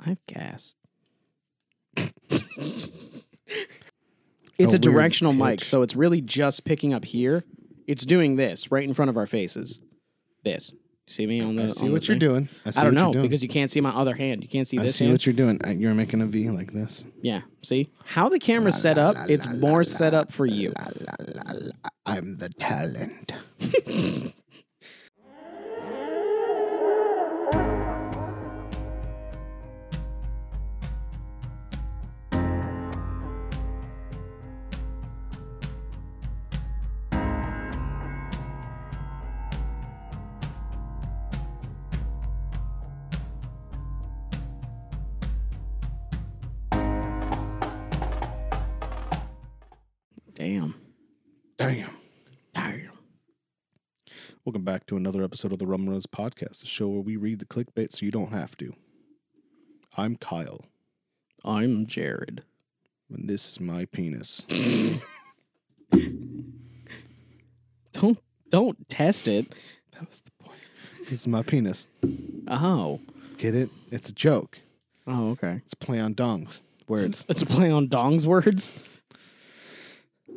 I have gas. it's a, weird directional mic, pitch. so it's really just picking up here. It's doing this right in front of our faces. This. You see me on the. I see on the what you're thing? doing. I, see I don't what know you're doing. because you can't see my other hand. You can't see I this see hand. what you're doing. I- You're making a V like this. yeah. See how the camera's set up. it's more set up for you. I'm the talent. Damn. Damn. Damn. Welcome back to another episode of the Rum Runners Podcast, the show where we read the clickbait so you don't have to. I'm Kyle, I'm Jared. and this is my penis. Don't don't test it. That was the point. This is my penis. Oh. Get it? It's a joke. Oh, okay. It's a play on dongs. Words. It's a play on Dong's words. All right.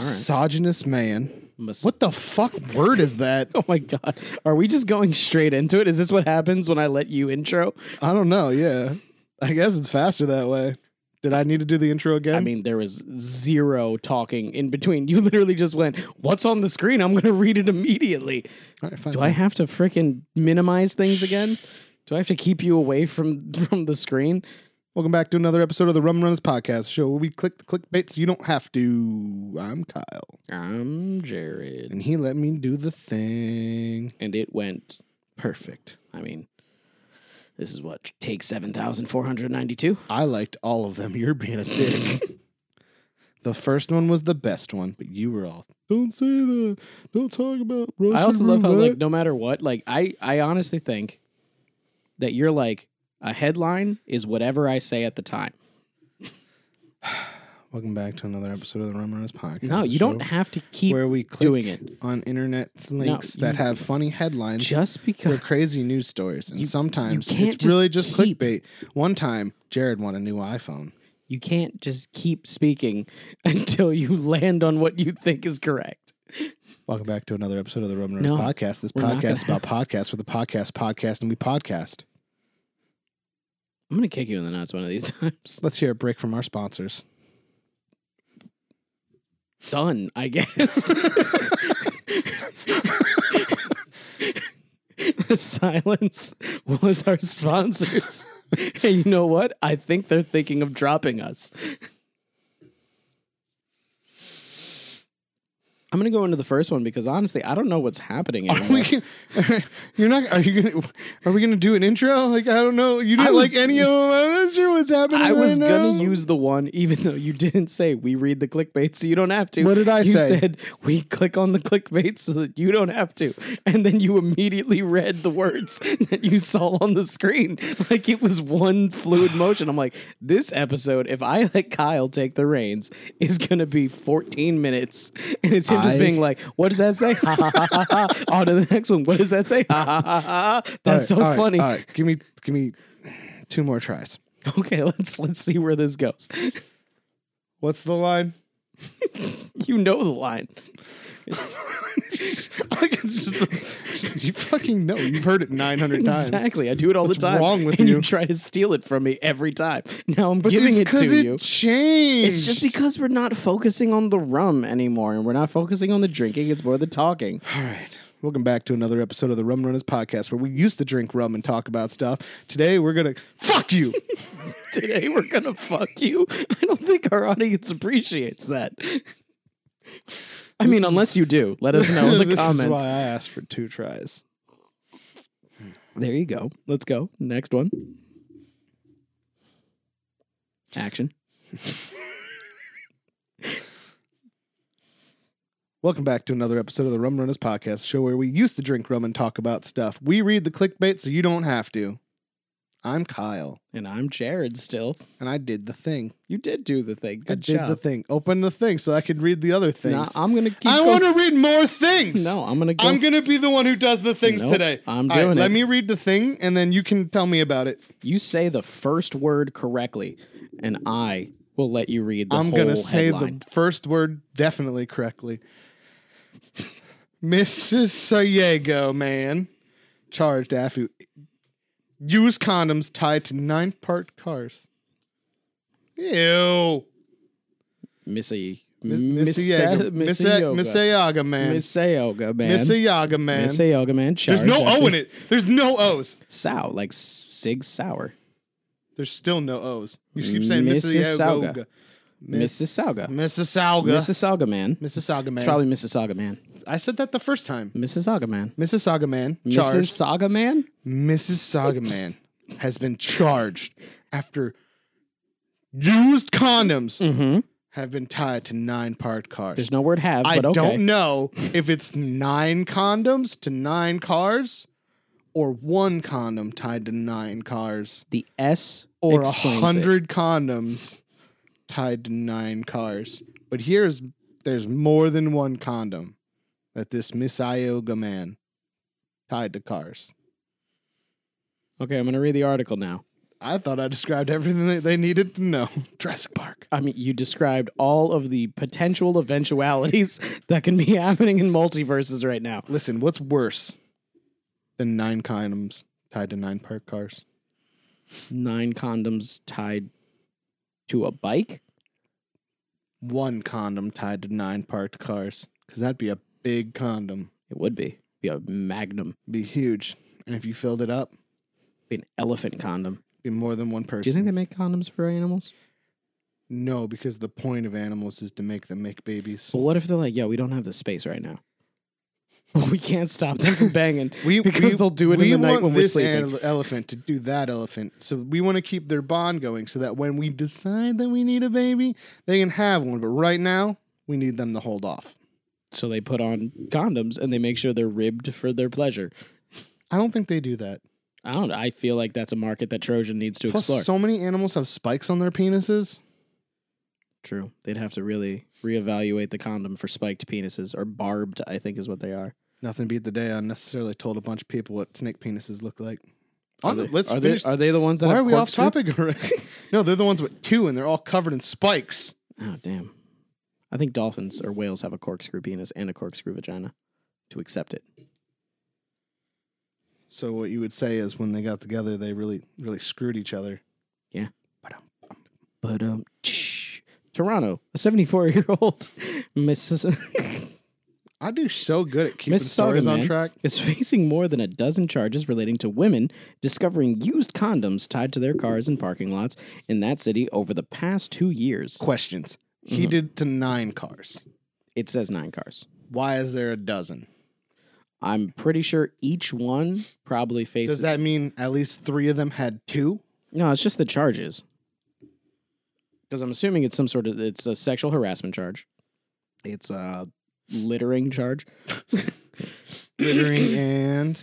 Misogynist man. Mis- What the fuck word is that? Oh my god. Are we just going straight into it? Is this what happens when I let you intro? I don't know. Yeah. I guess it's faster that way. Did I need to do the intro again? I mean, there was zero talking in between. You literally just went, "What's on the screen?" I'm going to read it immediately. All right, fine. Do I have to fricking minimize things again? Do I have to keep you away from from the screen? Welcome back to another episode of the Rum Runners Podcast show where we click the clickbait so you don't have to. I'm Kyle. I'm Jared. And he let me do the thing. And it went, Perfect. I mean, this is what take 7492. I liked all of them. You're being a dick. the first one was the best one, but you were all, don't say that. Don't talk about Russian I also love how roulette." like no matter what, like I I honestly think that you're like a headline is whatever I say at the time. Welcome back to another episode of the Rum Runners Podcast. No, the you don't show have to keep where we click doing it. on internet links you- that have funny headlines. just for because crazy news stories, and You- sometimes you can't it's just really just keep- clickbait. One time, Jared won a new iPhone. you can't just keep speaking until you land on what you think is correct. Welcome back to another episode of the Roman Runners No, Podcast. This we're not podcast is gonna about podcasts. We're the podcast podcast, and we podcast. I'm gonna kick you in the nuts one of these times. Let's hear a break from our sponsors. Done, I guess. the silence was our sponsors. and you know what? I think they're thinking of dropping us. I'm gonna go into the first one because honestly, I don't know what's happening. Are anymore. we? Gonna, you're not. Are you gonna? Are we gonna do an intro? Like I don't know. You I didn't was- like any of them. I'm not sure what's happening. I was right gonna now. use the one, even though you didn't say we read the clickbait, so you don't have to. What did I you say? said we click on the clickbait so that you don't have to, and then you immediately read the words that you saw on the screen, like it was one fluid motion. I'm like, this episode, if I let Kyle take the reins, is gonna be 14 minutes, and it's him just I- being like, what does that say? Ha, ha, ha, ha, ha. on to the next one. What does that say? Ha, ha, ha, ha, ha. All That's right, so all right, funny. All right, give me, give me two more tries. Okay, let's let's see where this goes. What's the line? You know the line. like it's just you fucking know you've heard it 900 times Exactly. I do it all What's the time. wrong with and you? try to steal it from me every time. Now I'm But giving it's it 'cause to it you. changed It's just because we're not focusing on the rum anymore and we're not focusing on the drinking. It's more the talking. all right welcome back to another episode of the rum runners podcast where we used to drink rum and talk about stuff today we're gonna fuck you Today we're going to fuck you. I don't think our audience appreciates that. I mean, unless you do, let us know in this the is why comments. i asked for two tries There you go. Let's go. Next one. Action. welcome back to another episode of the rum runners podcast show where we used to drink rum and talk about stuff we read the clickbait so you don't have to I'm Kyle, And I'm Jared still. and I did the thing. You did do the thing. I Good did job. the thing. Open the thing so I could read the other Nah, things. I'm gonna keep I going. want to read more things. No, I'm gonna go. I'm gonna be the one who does the things Nope, today. I'm All right, doing Let it. me read the thing, and then you can tell me about it. you say the first word correctly, and I will let you read the I'm whole gonna say headline. the first word definitely correctly. Mrs. Sayago, man, charged after use condoms tied to nine part cars. Ew. Missy. Miss- Miss Sayago. Miss Yoga. Miss Sayaga, man. Miss Yoga, man. Miss Sayaga, man. Miss Yoga, man. There's no O in it. There's no O's. Sow, like Sig Sour. There's still no O's. You keep saying Mrs. Mississauga. Sayaga. Mississauga. Mississauga. Mississauga, man. Mississauga, It's man. probably Mississauga, man. I said that the first time. Mississauga, man. Mississauga, man. Charged. Mississauga, man. Mrs. Sagaman has been charged after used condoms Mm-hmm. have been tied to nine parked cars. There's no word have, I but okay. don't know if it's nine condoms to nine cars or one condom tied to nine cars The S or a explains it. hundred condoms tied to nine cars. But here's there's more than one condom that this Miss Ioga man tied to cars. Okay, I'm gonna read the article now. I thought I described everything that they needed to know. Jurassic Park. I mean, you described all of the potential eventualities that can be happening in multiverses right now. Listen, what's worse than nine condoms tied to nine parked cars? Nine condoms tied to a bike. One condom tied to nine parked cars, because that'd be a big condom, It would be be a magnum, be huge, and if you filled it up, be an elephant condom. be more than one person. Do you think they make condoms for animals? no, because the point of animals is to make them make babies. Well, what if they're like, "Yo, we don't have the space right now. we can't stop them from banging." We Because we- they'll do it in we the night want when we're this sleeping. ele- elephant to do that elephant, so we want to keep their bond going, so that when we decide that we need a baby, they can have one. But right now, we need them to hold off. So they put on condoms and they make sure they're ribbed for their pleasure. I don't think they do that. I don't. know. I feel like that's a market that Trojan needs to Plus, explore. so many animals have spikes on their penises. True. They'd have to really reevaluate the condom for spiked penises or barbed. I think is what they are. Nothing beat the day I unnecessarily told a bunch of people what snake penises look like. Are On they, the- let's are, they, finish. are they the ones that? why have are we off corkscrew? topic already? no, they're the ones with two, and they're all covered in spikes. Oh damn! I think dolphins or whales have a corkscrew penis and a corkscrew vagina to accept it. So what you would say is when they got together, they really, really screwed each other. But um, Toronto, a seventy-four-year-old Mrs. I do so good at keeping Mrs. stories Saga, on man. track. is facing more than a dozen charges relating to women discovering used condoms tied to their cars in parking lots in that city over the past two years. Questions. He Mhm. did to nine cars. It says nine cars. Why is there a dozen? I'm pretty sure each one probably faces. Does that mean at least three of them had two? no, it's just the charges. Because I'm assuming it's some sort of it's a sexual harassment charge. It's a littering charge. Littering and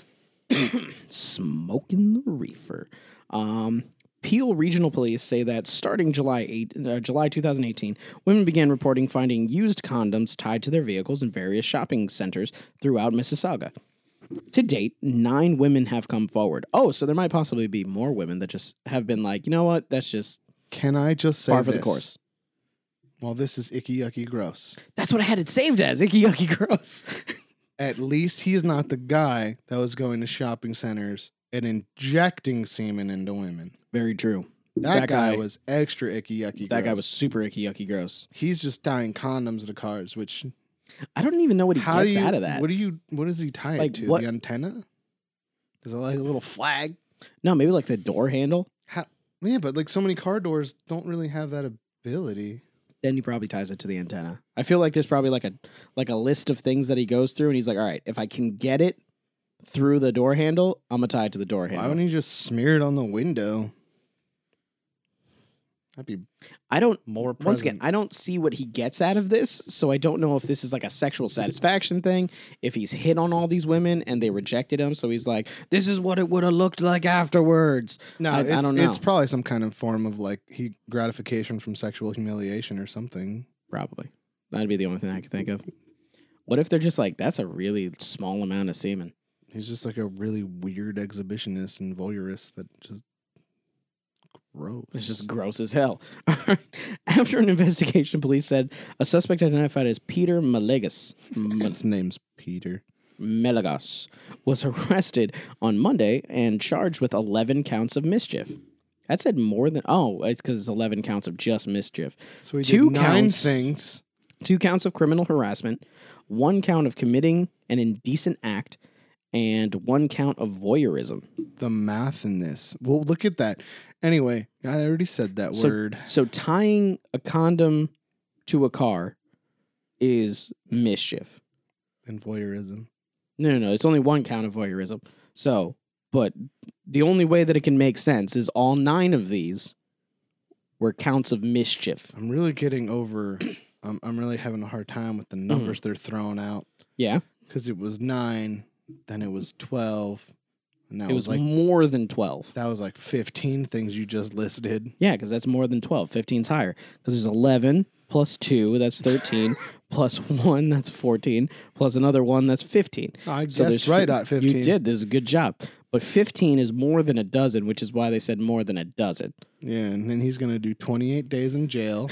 smoking the reefer. Um, Peel Regional Police say that starting July 8, uh, July 2018, women began reporting finding used condoms tied to their vehicles in various shopping centers throughout Mississauga. To date, nine women have come forward. Oh, so there might possibly be more women that just have been like, you know what? That's just Can I just say par for the this? course. Well, this is icky yucky gross. That's what I had it saved as icky yucky gross. At least he's not the guy that was going to shopping centers and injecting semen into women. Very true. That, That guy, guy- was extra icky yucky. That guy gross. was super icky yucky gross. He's just tying condoms to cars. Which I don't even know what he how gets do you? out of that. What do you? What is he tying Like, to? what- The antenna? Is it like a little flag? no, maybe like the door handle. How, yeah, but like so many car doors don't really have that ability. then he probably ties it to the antenna. I feel like there's probably like a like a list of things that he goes through, and he's like, "All right, if I can get it through the door handle, I'm gonna tie it to the door Why handle." wouldn't he just smear it on the window? That'd be I don't more present. once again, I don't see what he gets out of this, so I don't know if this is like a sexual satisfaction thing, if he's hit on all these women and they rejected him, so he's like, this is what it would have looked like afterwards. no, I- I it's, don't It's know. probably some kind of form of like he gratification from sexual humiliation or something. Probably. That'd be the only thing I could think of. What if they're just like, that's a really small amount of semen? He's just like a really weird exhibitionist and voyeurist that just gross. It's just gross as hell. After an investigation, police said a suspect identified as Peter Melegas. Mel- His name's Peter. Melegas was arrested on Monday and charged with 11 counts of mischief. That said more than oh, it's because it's 11 counts of just mischief. So he Two did nine counts. things. Two counts of criminal harassment, one count of committing an indecent act, and one count of voyeurism. The math in this. Well, look at that. Anyway, I already said that So- word. So tying a condom to a car is mischief. And voyeurism. No, no, no. It's only one count of voyeurism. So, but the only way that it can make sense is all nine of these were counts of mischief. I'm really getting over. I'm, I'm really having a hard time with the Mm-hmm. numbers they're throwing out Yeah. because it was nine, then it was twelve, and that it was was like more than 12. that was like fifteen things you just listed. Yeah, because that's more than 12. 15's higher. Because there's 11 plus 2, that's 13, plus 1, that's 14, plus another 1, that's 15. So I guessed there's right fi- at fifteen. You did. This is a good job. But 15 is more than a dozen, which is why they said more than a dozen. Yeah, and then he's gonna do 28 days in jail.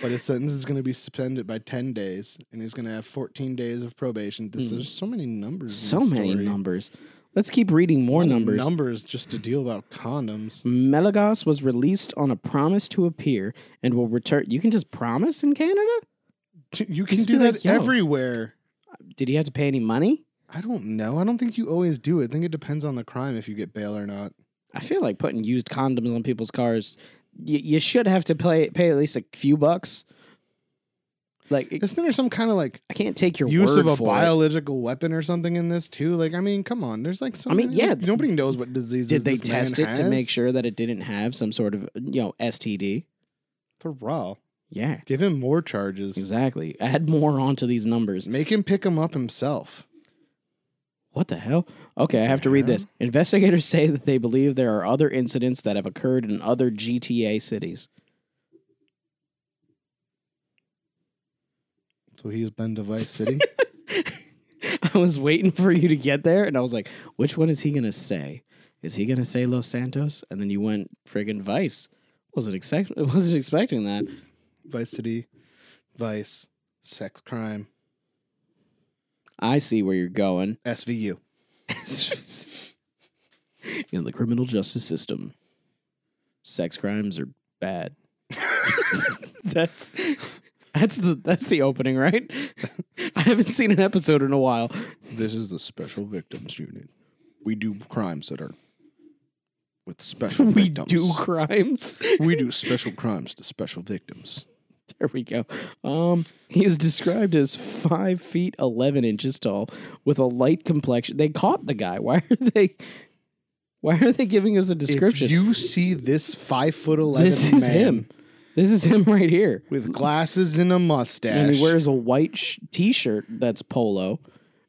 but his sentence is gonna be suspended by 10 days, and he's gonna have 14 days of probation. This Mhm. there's so many numbers. in So this many story. numbers. Let's keep reading more numbers. Numbers just to deal about condoms. Melagos was released on a promise to appear and will return. You can just promise in Canada? T- You can Just do be that like, yo. everywhere. Did he have to pay any money? I don't know. I don't think you always do it. I think it depends on the crime if you get bail or not. I feel like putting used condoms on people's cars. Y- you should have to pay pay at least a few bucks. Like it- Isn't there some kind of like I can't take your use word of a for it. biological weapon or something in this too? Like, I mean, come on. There's like so I mean, many- yeah. Nobody knows what diseases. Did they this man test it to has. make sure that it didn't have some sort of you know STD? For raw, Yeah, give him more charges. exactly. Add more onto these numbers. Make him pick him up himself. What the hell? Okay, I have to read this. Investigators say that they believe there are other incidents that have occurred in other GTA cities. So he's been to Vice City. I was waiting for you to get there, and I was like, which one is he gonna say? Is he gonna say Los Santos? And then you went friggin' Vice. Wasn't expect wasn't expecting that. Vice City, Vice, sex crime, I see where you're going SVU. in the criminal justice system. Sex crimes are bad. that's that's the that's the opening, right? I haven't seen an episode in a while. This is the Special Victims Unit. We do crimes that are with special We victims. do crimes. we do special crimes to special victims. There we go. Um, he is described as five feet eleven inches tall with a light complexion. They caught the guy. Why are they? Why are they giving us a description? If you see this five foot eleven this is man him. This is him right here. with glasses and a And mustache, he wears a white sh- t-shirt that's polo,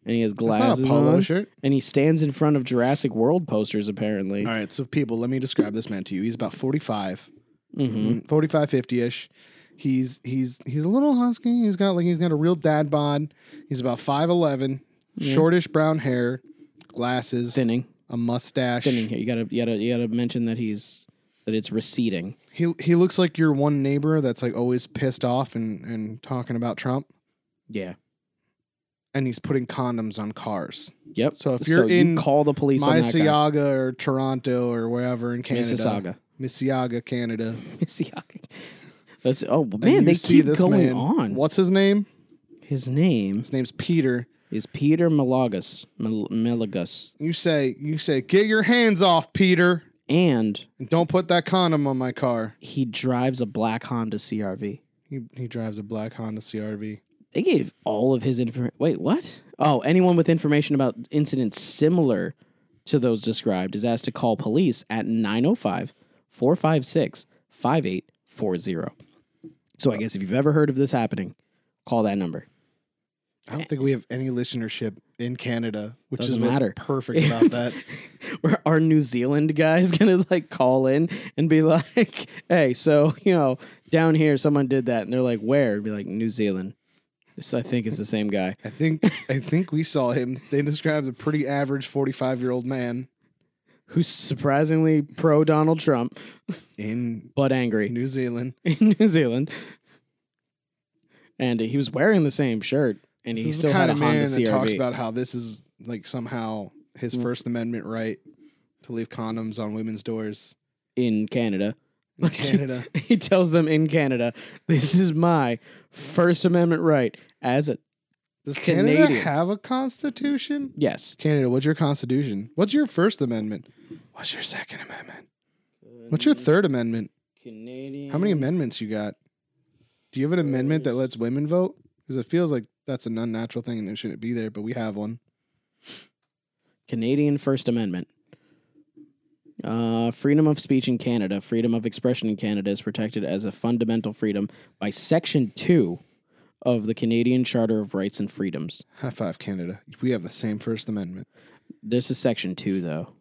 and he has that's not glasses a polo on, shirt. and he stands in front of Jurassic World posters. Apparently, All right, so people, let me describe this man to you. He's about forty five. hmm Mm, 45 50ish he's he's he's a little husky he's got like he's got a real dad bod he's about 5'11 shortish brown hair glasses thinning, a mustache thinning. You gotta, you gotta, you gotta mention that he's that it's receding. he he looks like your one neighbor that's like always pissed off and and talking about trump Yeah. and he's putting condoms on cars Yep. So if you're in you call the police on that guy. Mississauga or Toronto or wherever in Canada, Mississauga. Mississauga, Canada. Mississauga. That's oh And man, you they see keep this going man. on. What's his name? His name His name's Peter. is Peter Malagas, Mel- Melagas, You say, you say, get your hands off, Peter, and and don't put that condom on my car. he drives a black Honda CRV. He he drives a black Honda CRV. They gave all of his information. Wait, what? Oh, anyone with information about incidents similar oh to those described is asked to call police at 905 456 5840. So I guess if you've ever heard of this happening, call that number. I don't think we have any listenership in Canada, which Doesn't is what's matter. perfect about that. Where our New Zealand guy's going to like call in and be like, "Hey, so, you know, down here someone did that." And they're like, "Where?" It'd be like, "New Zealand." So I think it's the same guy. I think I think we saw him. They described a pretty average forty-five-year-old man who's surprisingly pro Donald Trump, in but angry New Zealand. in New Zealand. And he was wearing the same shirt, and This he is still had a Honda that CRV. talks about how this is like somehow his Mm. First Amendment right to leave condoms on women's doors in Canada. in Canada. He tells them in Canada, this is my First Amendment right as a Does Canada Canadian. have a constitution? yes. Canada, what's your constitution? What's your First Amendment? What's your Second Amendment? What's your Third Amendment? Canadian? How many amendments you got? Do you have an amendment that lets women vote? Because it feels like that's an unnatural thing and it shouldn't be there, but we have one. Canadian First Amendment. Uh, freedom of speech in Canada, freedom of expression in Canada is protected as a fundamental freedom by Section 2 of the Canadian Charter of Rights and Freedoms. High five, Canada. We have the same First Amendment. This is Section 2, though.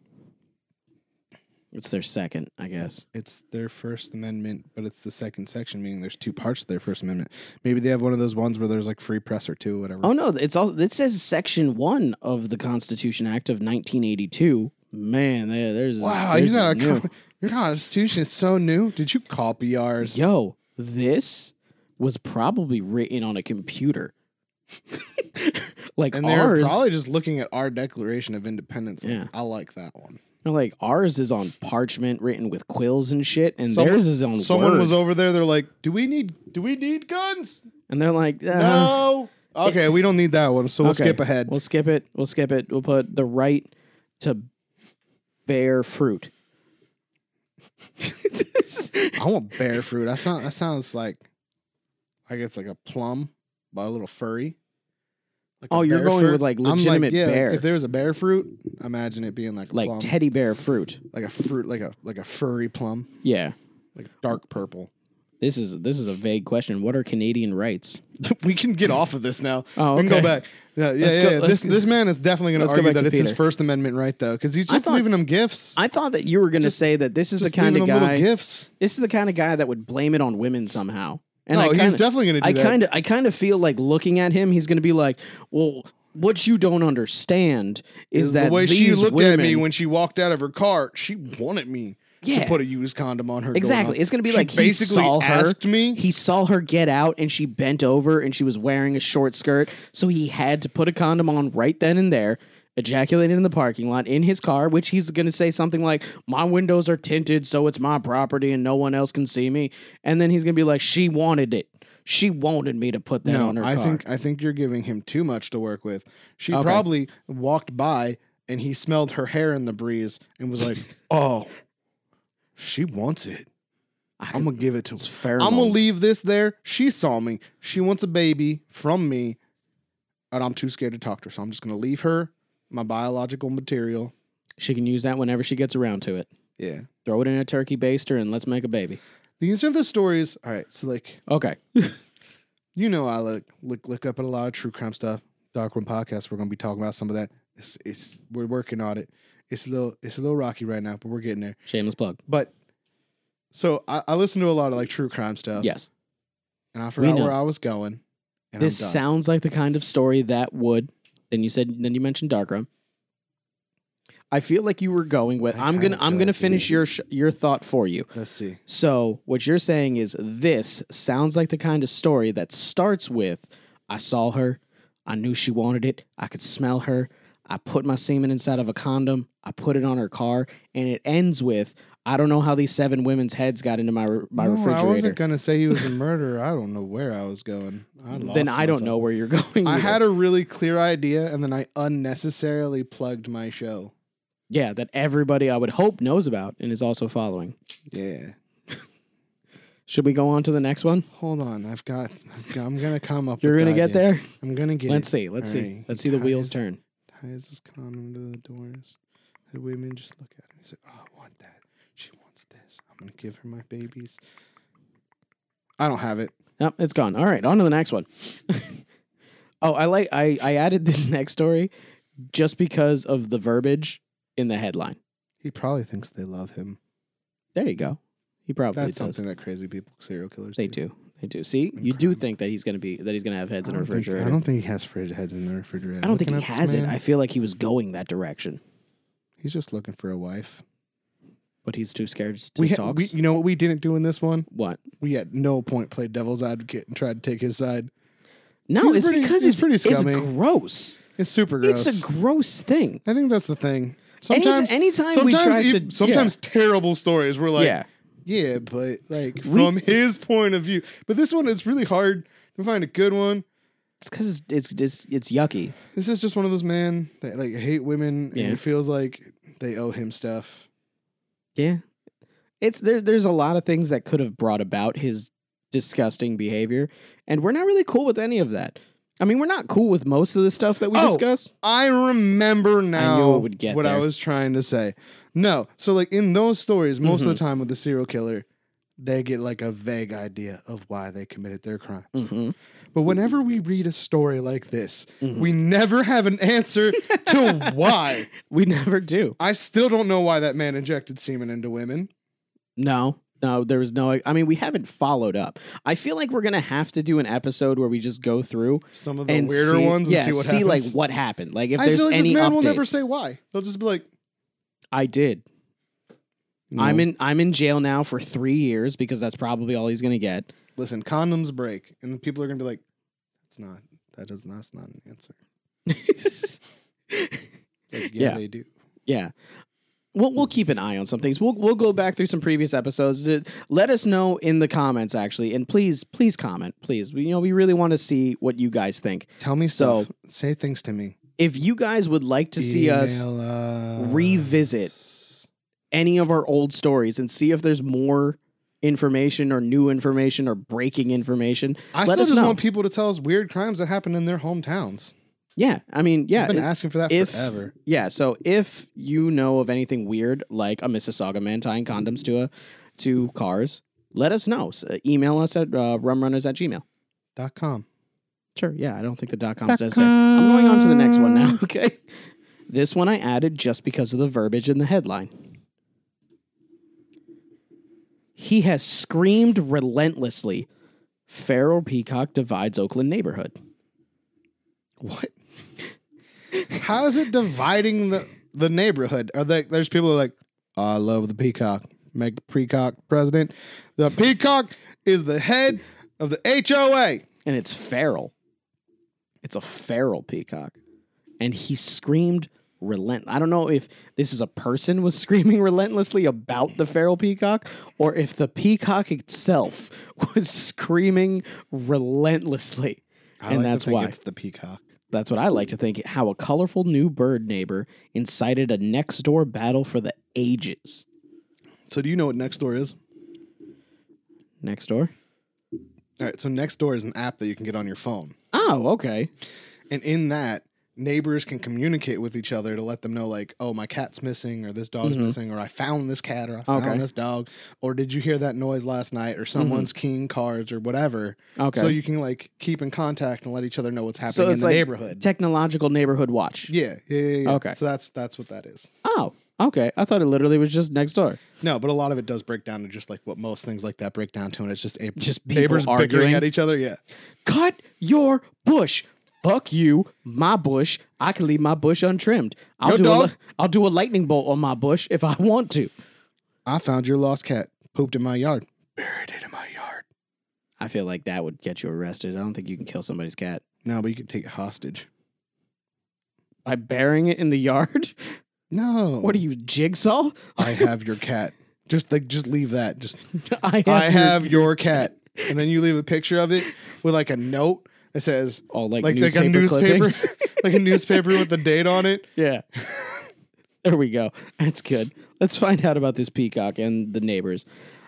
It's their second, I guess. It's their First Amendment, but it's the second section, meaning there's two parts to their First Amendment. Maybe they have one of those ones where there's like free press or two, whatever. Oh, no, it's also, it says Section 1 of the Constitution Act of 1982. Man, there, there's wow, this you got a is new. co- your constitution is so new. Did you copy ours? Yo, this was probably written on a computer. like And they're ours, probably just looking at our Declaration of Independence. Like, Yeah. I like that one. like ours is on parchment, written with quills and shit, and Someone- theirs is on Someone Word. was over there. They're like, "Do we need? Do we need guns? and they're like, uh, no. Okay, we don't need that one. So we'll okay, skip ahead. We'll skip it. We'll skip it. We'll put the right to bear fruit. I want bear fruit. That sound that sounds like like it's like a plum, but a little furry. Like a Oh, you're bear going fruit. with, like, I'm legitimate yeah, bear. If there was a bear fruit, imagine it being like a like plum, teddy bear fruit. like a fruit, like a like a furry plum, Yeah. like dark purple. This is this is a vague question. What are Canadian rights? we can get off of this now. Oh, We can okay. go back. Yeah, yeah, Let's yeah. go- yeah. let's this go- this man is definitely going Let's to go argue back that to it's his Peter. First Amendment right though, because he's I just thought- leaving them gifts. I thought that you were going to say that this is the Just kind of leaving them guy little gifts. this is the kind of guy that would blame it on women somehow. And No, I he was kind of, definitely going to do I that. kind of, I kind of feel like looking at him, he's going to be like, "Well, what you don't understand is, that the way she these looked women, at me when she walked out of her car, she wanted me Yeah. to put a used condom on her. Exactly. doorknob. It's gonna be She like he basically saw her. asked me. he saw her get out and she bent over and she was wearing a short skirt, so he had to put a condom on right then and there." Ejaculated in the parking lot in his car, which he's going to say something like, My windows are tinted, so it's my property and no one else can see me. And then he's going to be like, She wanted it. She wanted me to put that No, on her I car. think I think you're giving him too much to work with. She Okay. probably walked by and he smelled her hair in the breeze and was like, "Oh, she wants it. I I'm gonna give it to her. It's pheromones. I'm gonna leave this there. She saw me. She wants a baby from me, and I'm too scared to talk to her, so I'm just gonna leave her my biological material. She can use that whenever she gets around to it. Yeah." Throw it in a turkey baster and let's make a baby. These are the stories. All right, so like Okay. you know, I look look look up at a lot of true crime stuff. Dark Room podcast. We're gonna be talking about some of that. It's it's we're working on it. It's a little it's a little rocky right now, but we're getting there. Shameless plug. But so I, I listen to a lot of like true crime stuff. Yes. and I forgot know. where I was going. And This I'm done. sounds like the kind of story that would. Then you said. Then you mentioned Darkroom. I feel like you were going with. I I'm gonna. kinda I'm feel gonna like you finish did. your sh- your thought for you. Let's see. So what you're saying is this sounds like the kind of story that starts with I saw her, I knew she wanted it, I could smell her, I put my semen inside of a condom, I put it on her car, and it ends with I don't know how these seven women's heads got into my re- my No, I refrigerator. wasn't gonna say he was a murderer. I don't know where I was going. I lost then I don't know myself. where you're going. I with had it. a really clear idea, and then I unnecessarily plugged my show. yeah that everybody I would hope knows about and is also following. Yeah. Should we go on to the next one? Hold on, I've got. I've got I'm gonna come up. You're with gonna the get idea. there. I'm gonna get. Let's it. see. Let's see. Alright, Let's see the wheels guys. turn. Ties his condom to the doors. The women just look at him. He's like, "Oh, I want that. She wants What's this? I'm gonna give her my babies. I don't have it. Nope, it's gone. All right, on to the next one. oh, I like I I added this next story just because of the verbiage in the headline. He probably thinks they love him. There you go. He probably That's does. something that crazy people, serial killers, They do. They do. See, you do think that he's gonna be that he's gonna have heads I in a don't, think, refrigerator. I don't think he has fridge heads in the refrigerator. think he Looking at this has it. man, I feel like he was going that direction, He's just looking for a wife. but he's too scared to We, ha- talk. we, you know what we didn't do in this one? what? We at no point played devil's advocate and tried to take his side. No, He's it's pretty- because he's it's pretty it's scummy. gross. It's super gross. It's a gross thing. I think that's the thing. Any- Sometimes, anytime we sometimes, try e- to sometimes terrible stories. We're yeah, like, yeah. yeah, but like from his point of view. But this one is really hard to find a good one. it's because it's, it's it's yucky. This is just one of those men that like hate women and Yeah. he feels like they owe him stuff. Yeah. It's there there's a lot of things that could have brought about his disgusting behavior and we're not really cool with any of that. I mean, we're not cool with most of the stuff that we Oh, discuss. I remember now knew it would get what I there. was trying to say. No, so like in those stories, most Mm-hmm. of the time with the serial killer, they get like a vague idea of why they committed their crime. Mhm. But whenever we read a story like this, Mm-hmm. we never have an answer to why. We never do. I still don't know why that man injected semen into women. No. No, there was no I mean, we haven't followed up. I feel like we're going to have to do an episode where we just go through Some of the and weirder see, ones and yeah, see what see like happens. what happened. Like if I there's feel like any this man updates. will never say why. They'll just be like, I did. I'm "No." in I'm in jail now for 3 years because that's probably all he's going to get. Listen, condoms break, and people are gonna be like, "That's not. That is that's not an answer." Like, yeah, Yeah. they do. Yeah. We'll, we'll keep an eye on some things. We'll we'll go back through some previous episodes. Uh, Let us know in the comments, actually, and please please comment, please. We, you know, we really want to see what you guys think. Tell me So- stuff. Say things to me. If you guys would like to see us Email us. revisit any of our old stories and see if there's more information or new information or breaking information, I let still us just know. want people to tell us weird crimes that happened in their hometowns. yeah, I mean, yeah, I've been it- asking for that if- forever. Yeah, so if you know of anything weird, like a Mississauga man tying condoms to a to cars, let us know. S- uh, email us at uh, rumrunners at gmail. Dot com. Sure, yeah, I don't think the dot com says there. I'm going on to the next one now, okay? This one I added just because of the verbiage in the headline. He has screamed relentlessly, Feral Peacock divides Oakland neighborhood. What? How is it dividing the the neighborhood? Are they, there's people who are like, I love the peacock. Make the peacock president. The peacock is the head of the HOA. and it's feral. It's a feral peacock. And he screamed relent. I don't know if this is a person was screaming relentlessly about the feral peacock or if the peacock itself was screaming relentlessly. I and like to that's think why. it's the peacock. That's what I like to think how a colorful new bird neighbor incited a next door battle for the ages. So do you know what next door is? Next door? All right, so Nextdoor is an app that you can get on your phone. Oh, okay. And in that, neighbors can communicate with each other to let them know, like, oh, my cat's missing, or this dog's missing, or I found this cat, or I found Mm-hmm. Okay. this dog, or did you hear that noise last night, or someone's Mm-hmm. keying cards, or whatever. Okay. So you can, like, keep in contact and let each other know what's happening So in it's the like neighborhood. Technological neighborhood watch. yeah, yeah, yeah, yeah. Okay. So that's that's what that is. Oh, okay. I thought it literally was just next door. No, but a lot of it does break down to just like what most things like that break down to, and it's just a- Just people neighbors bickering arguing. at each other. Yeah, cut your bush. Fuck you, my bush. I can leave my bush untrimmed. I'll Yo, do dog. a, I'll do a lightning bolt on my bush if I want to. I found your lost cat pooped in my yard, buried it in my yard. I feel like that would get you arrested. I don't think you can kill somebody's cat No, but you can take it hostage. by burying it in the yard. No. What are you jigsaw? I have your cat. Just like just leave that. Just I have, I your- have your cat. And then you leave a picture of it with like a note that says oh like, like like newspaper a newspaper clippings. like a newspaper with the date on it. yeah. There we go. That's good. Let's find out about this peacock and the neighbors.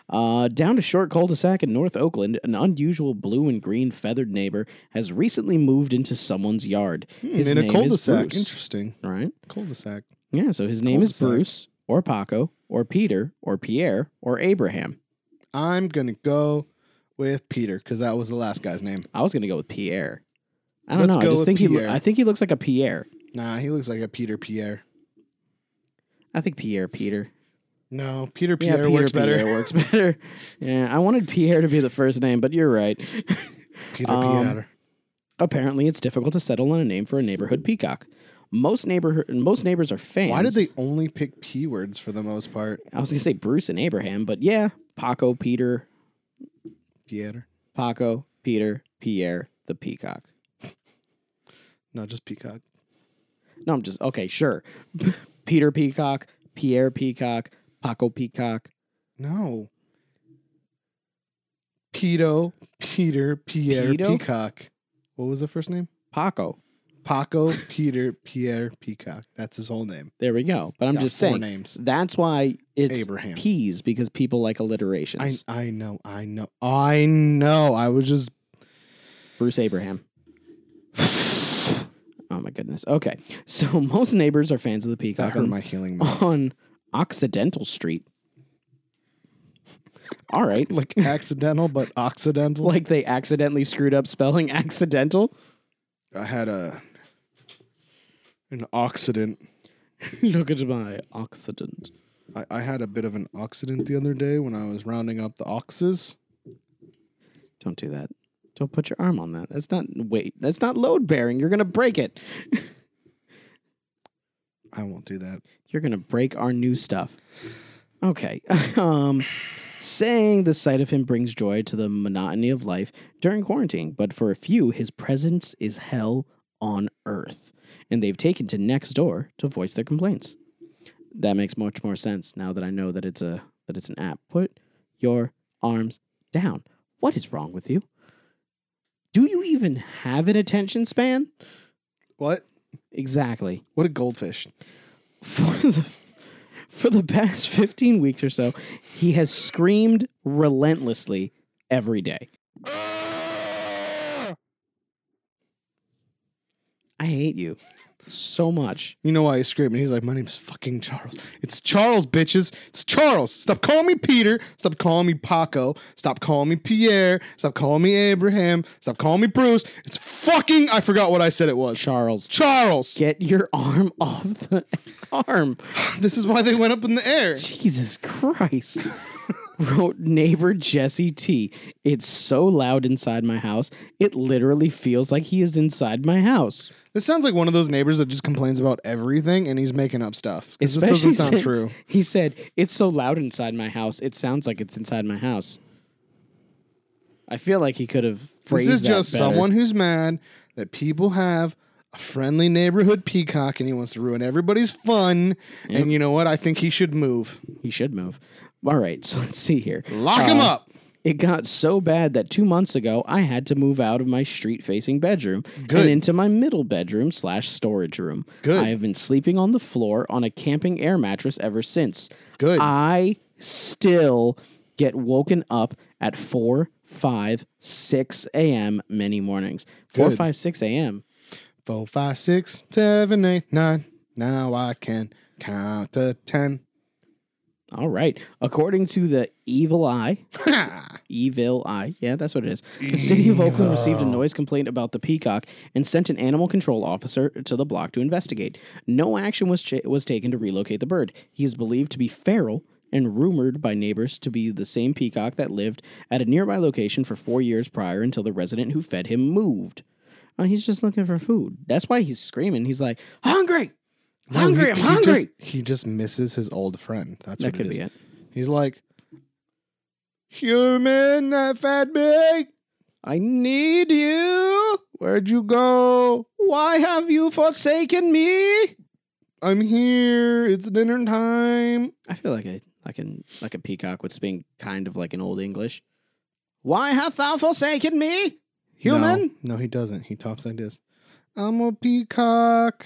Uh, down to short cul-de-sac in North Oakland, an unusual blue and green feathered neighbor has recently moved into someone's yard. His in Hmm, a name is cul-de-sac. Bruce, Interesting. right? Cul-de-sac. Yeah. So his name is Cul-de-sac. Bruce or Paco or Peter or Pierre or Abraham? I'm gonna go with Peter because that was the last guy's name. I was gonna go with Pierre. I don't Let's know. I go just with think he. lo- Pierre. I think he looks like a Pierre. Nah, he looks like a Peter Pierre. I think Pierre. Peter. No, Peter Yeah, Pierre works Pierre better. works better. Yeah, I wanted Pierre to be the first name, but you're right. Peter Um, Pierre. Apparently, it's difficult to settle on a name for a neighborhood peacock. Most neighbor most neighbors are fans. Why did they only pick P words for the most part? I was gonna say Bruce and Abraham, but yeah, Paco, Peter, Pierre. Paco, Peter, Pierre, the peacock. No, just Peacock. No, I'm just okay. Sure, Peter Peacock, Pierre Peacock, Paco Peacock, No. Pedo, Peter, Pierre, Pedo? Peacock. What was the first name? Paco. Paco, Peter, Pierre, Peacock. That's his whole name. There we go. But I'm Got just four saying names. that's why it's Abraham. P's because people like I, alliterations. I know, I know, I know. I was just Bruce Abraham. oh my goodness. Okay, so most neighbors are fans of the that peacock. hurt on- my healing. Moment. on Occidental Street. All right. like accidental, but occidental. Like they accidentally screwed up spelling accidental. I had a an occident. Look at my Occident. I, I had a bit of an occident the other day when I was rounding up the oxes. Don't do that. Don't put your arm on that. That's not weight. That's not load bearing. You're gonna break it. I won't do that. You're gonna break our new stuff. Okay. um, saying the sight of him brings joy to the monotony of life during quarantine, but for a few, his presence is hell on earth, and they've taken to next door to voice their complaints. That makes much more sense now that I know that it's a that it's an app. Put your arms down. What is wrong with you? Do you even have an attention span? What? Exactly What a goldfish. for the for the past 15 weeks or so, he has screamed relentlessly every day. I hate you so much. You know why he's screaming? He's like, my name's fucking Charles. It's Charles, bitches. It's Charles. Stop calling me Peter. Stop calling me Paco. Stop calling me Pierre. Stop calling me Abraham. Stop calling me Bruce. It's fucking. I forgot what I said it was. Charles, Charles. get your arm off the arm. This is why they went up in the air. Jesus Christ. Wrote neighbor Jesse T. It's so loud inside my house, it literally feels like he is inside my house. This sounds like one of those neighbors that just complains about everything and he's making up stuff. 'Cause This Especially doesn't sound since true. He said, "It's so loud inside my house. It sounds like it's inside my house." I feel like he could have This phrased is that just better. someone who's mad that people have a friendly neighborhood peacock and he wants to ruin everybody's fun. And you know what? I think he should move. He should move. All right, so let's see here. Lock him Uh, up. It got so bad that two months ago, I had to move out of my street-facing bedroom Good. and into my middle bedroom slash storage room. Good. I have been sleeping on the floor on a camping air mattress ever since. Good. I still get woken up at 4, 5, 6 a.m. many mornings. 4, Good. 5, 6 a.m. Four, five, six, seven, eight, nine. Now I can count to ten. All right. According to the Evil Eye, Ha! Evil Eye, yeah, that's what it is. The city of Oakland received a noise complaint about the peacock and sent an animal control officer to the block to investigate. No action was ch- was taken to relocate the bird. He is believed to be feral and rumored by neighbors to be the same peacock that lived at a nearby location for four years prior until the resident who fed him moved. Uh, he's just looking for food. That's why he's screaming. He's like, hungry, No, hungry, he- I'm he hungry. just- he just misses his old friend. That's that what could it is. be it. He's like, human that fed me. I need you. Where'd you go? Why have you forsaken me? I'm here. It's dinner time. I feel like a like an like a peacock would speak kind of like an old English. Why hast thou forsaken me, human? No, no, he doesn't. He talks like this. I'm a peacock.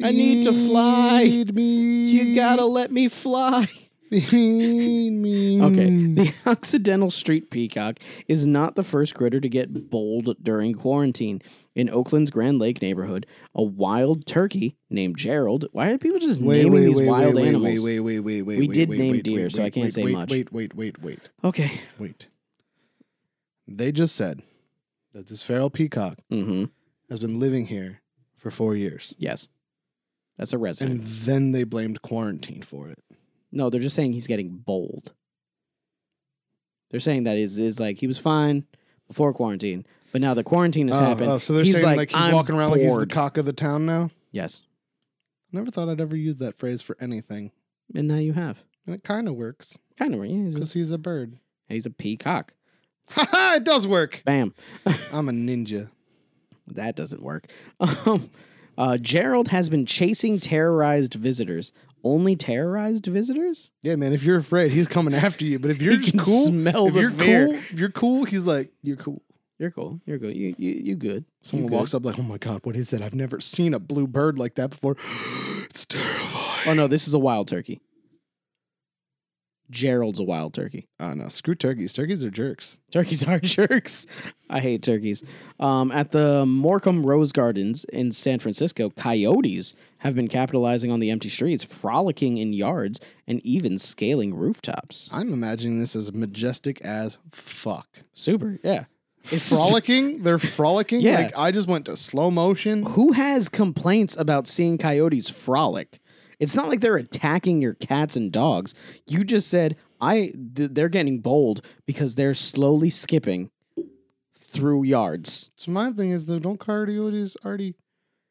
I need to fly. Feed me. Mm. You gotta let me fly. Mm. Okay. okay. The Occidental Street Peacock is not the first critter to get bowled during quarantine. In Oakland's Grand Lake neighborhood, a wild turkey named Gerald. Why are people just Wait, naming wait, these wait, wild wait, animals? Wait, wait, wait, wait, wait. We wait, did wait, name wait, deer, wait, so I wait, can't wait, say wait, much. Wait, wait, wait, wait, Okay. wait. They just said that this feral peacock Mm-hmm. has been living here for four years, Yes. That's a resident. and then they blamed quarantine for it. No, they're just saying he's getting bold. They're saying that is is like he was fine before quarantine, but now the quarantine has oh, happened. oh, so they're he's saying like, like, he's "I'm walking around like he's the bored." cock of the town now. Yes, Never thought I'd ever use that phrase for anything, and now you have and it kind of works kind of yeah, he's, a, because he's a bird. he's a peacock. Ha ha! It does work. Bam, I'm a ninja. that doesn't work. Um, uh, Gerald has been chasing terrorized visitors. Only terrorized visitors. Yeah, man. If you're afraid, he's coming after you. But if you're He just can cool, smell if the you're fear. cool, if you're cool, he's like, you're cool. You're cool. You're good. You you you good. You Someone good. walks up like, oh my god, what is that? I've never seen a blue bird like that before. it's terrifying. Oh no, this is a wild turkey. Gerald's a wild turkey. Oh no, screw turkeys. Turkeys are jerks. Turkeys are jerks. I hate turkeys. Um, at the Morecambe Rose Gardens in San Francisco, coyotes have been capitalizing on the empty streets, frolicking in yards, and even scaling rooftops. I'm imagining this as majestic as fuck. Super. Yeah. It's Frolicking, they're frolicking. Yeah. Like I just went to slow motion. Who has complaints about seeing coyotes frolic? It's not like they're attacking your cats and dogs. You just said I th- they're getting bold because they're slowly skipping through yards. So my thing is though, don't coyotes already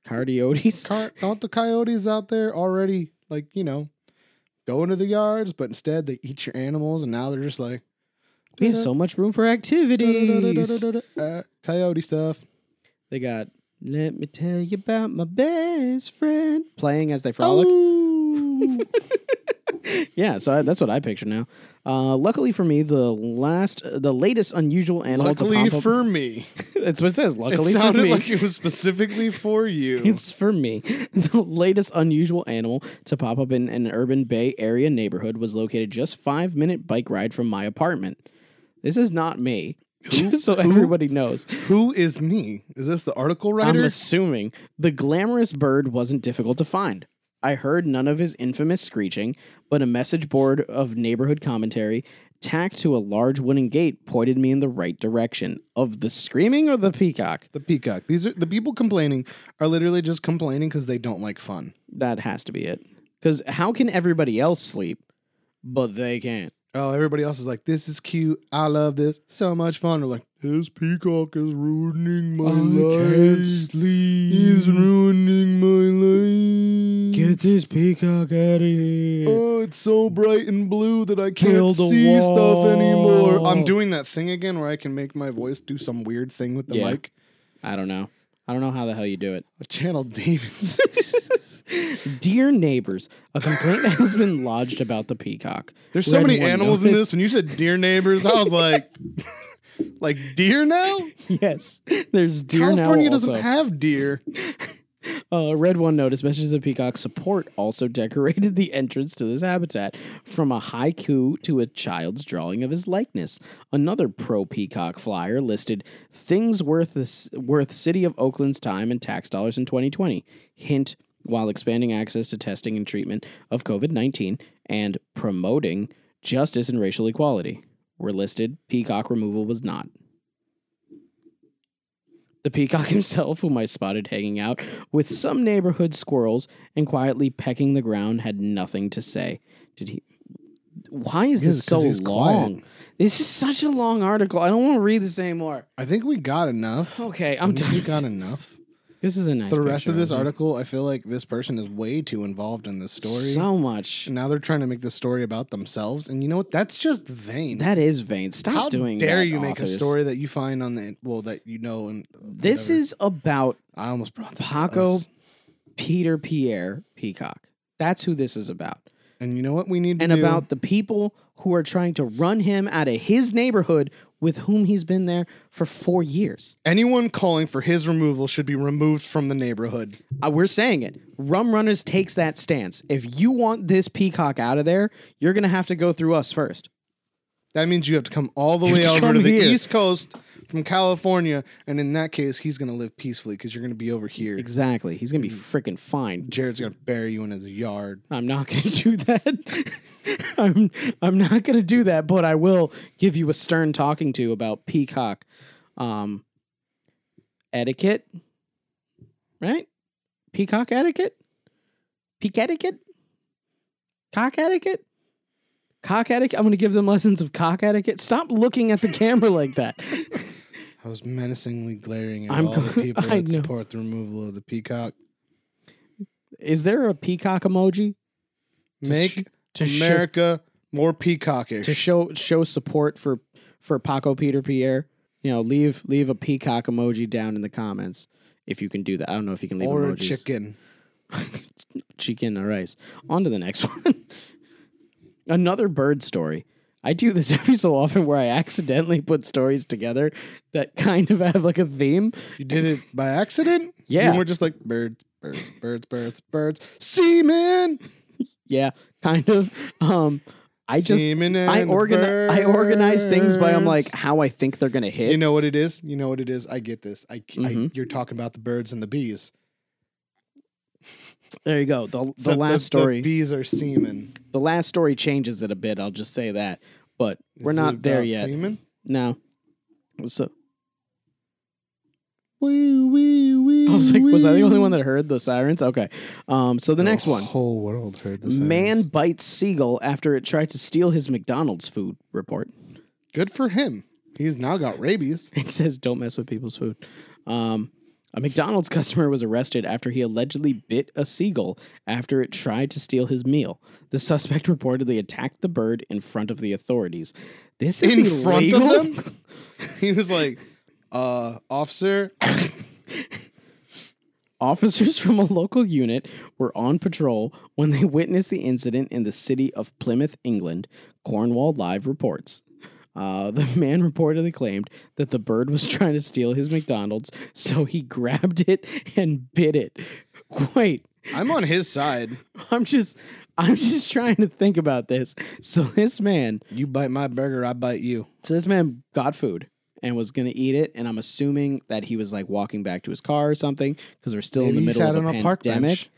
Coyotes. car, don't the coyotes out there already like you know go into the yards, but instead they eat your animals, and now they're just like We Uh-huh. have so much room for activities. uh, coyote stuff. They got "Let Me Tell You About My Best Friend" playing as they frolic. Oh. Yeah, so I, that's what I picture now. Uh, luckily for me, the last, the latest unusual animal Luckily to pop up. for me, that's what it says. Luckily it for sounded me, like it was specifically for you. it's for me. The latest unusual animal to pop up in an urban Bay Area neighborhood was located just five minute bike ride from my apartment. This is not me, just so everybody knows. Who is me? Is this the article I'm writer? assuming the glamorous bird wasn't difficult to find. I heard none of his infamous screeching, but a message board of neighborhood commentary tacked to a large wooden gate pointed me in the right direction of the screaming or the peacock. the peacock. These are the people complaining are literally just complaining because they don't like fun. That has to be it. Because how can everybody else sleep, but they can't? Oh, everybody else is like, "This is cute. I love this. So much fun." They're like, "This peacock is ruining my life. He's sleep. ruining my life. this peacock out of here. Oh, it's so bright and blue that I can't Kill the see stuff anymore. I'm wall. doing that thing again where I can make my voice do some weird thing with the Yeah. mic. I don't know. I don't know how the hell you do it. I channel demons. Dear neighbors, a complaint has been lodged about the peacock. There's so Read many one animals in notice. this. When you said deer neighbors, I was like, like deer now? Yes, there's deer California now. doesn't also. have deer. uh, Red One Notice messages of peacock support also decorated the entrance to this habitat from a haiku to a child's drawing of his likeness. Another pro peacock flyer listed things worth this, worth city of Oakland's time and tax dollars in 2020. Hint while expanding access to testing and treatment of COVID-19 and promoting justice and racial equality were listed. Peacock removal was not. The peacock himself, whom I spotted hanging out with some neighborhood squirrels and quietly pecking the ground, had nothing to say. Did he? Why is Yeah, this 'cause so he's quiet. long? This is such a long article. I don't want to read this anymore. I think we got enough. Okay, I I'm think we done. got enough. This is a nice. The rest of picture, this isn't it? article, I feel like this person is way too involved in this story. So much. And now they're trying to make the story about themselves. And you know what? That's just vain. That is vain. Stop How doing. dare that, you make authors. a story that you find on the well that you know and This whatever. is about I almost brought this to Paco us. Peter Pierre Peacock. That's who this is about. and you know what we need to and do? about the people who are trying to run him out of his neighborhood with whom he's been there for four years. Anyone calling for his removal should be removed from the neighborhood. Uh, we're saying it. Rum Runners takes that stance. If you want this peacock out of there, you're going to have to go through us first. That means you have to come all the way to over come to the here. East Coast from California, and in that case, he's gonna live peacefully because you're gonna be over here. Exactly. He's going Mm. to be freaking fine. Jared's gonna bury you in his yard. I'm not going to do that. I'm I'm not going to do that, but I will give you a stern talking to about peacock um etiquette. Right? Peacock etiquette? Peak etiquette? Cock etiquette? Cock etiquette? I'm going to give them lessons of cock etiquette. Stop looking at the camera like that. I was menacingly glaring at I'm all the go- people I that know. support the removal of the peacock. Is there a peacock emoji To sh- Make to show America more peacockish. to show show support for for Paco Peter Pierre. You know, leave leave a peacock emoji down in the comments if you can do that. I don't know if you can leave or a emojis. chicken. Chicken or rice. On to the next one. Another bird story. I do this every so often where I accidentally put stories together that kind of have like a theme. You did it by accident? Yeah. You were just like birds, birds, birds, birds, birds. Semen. Yeah, kind of. Um I just Semen I and organize I organize things by I'm like birds. how I think they're gonna hit. You know what it is? You know what it is? I get this. I, I Mhm. you're talking about the birds and the bees. there you go. The, the Except last story. The bees are semen. The last story changes it a bit. I'll just say that, but we're Is it not there about yet. Semen? No. So Wee, wee, wee, I was like, was I the wee. only one that heard the sirens? Okay. Um. So the next one, Whole world heard this. man bites seagull after it tried to steal his McDonald's food. Report. Good for him. He's now got rabies. It says don't mess with people's food. Um. A McDonald's customer was arrested after he allegedly bit a seagull after it tried to steal his meal. The suspect reportedly attacked the bird in front of the authorities. This is In front of illegal? them? He was like, uh, officer, Officers from a local unit were on patrol when they witnessed the incident in the city of Plymouth, England, Cornwall Live reports. Uh, the man reportedly claimed that the bird was trying to steal his McDonald's, so he grabbed it and bit it. Wait, I'm on his side. I'm just I'm just trying to think about this. So this man, You bite my burger, I bite you. so this man got food and was going to eat it and I'm assuming that he was like walking back to his car or something because we're still in the Maybe he middle sat of a on a pandemic park bench.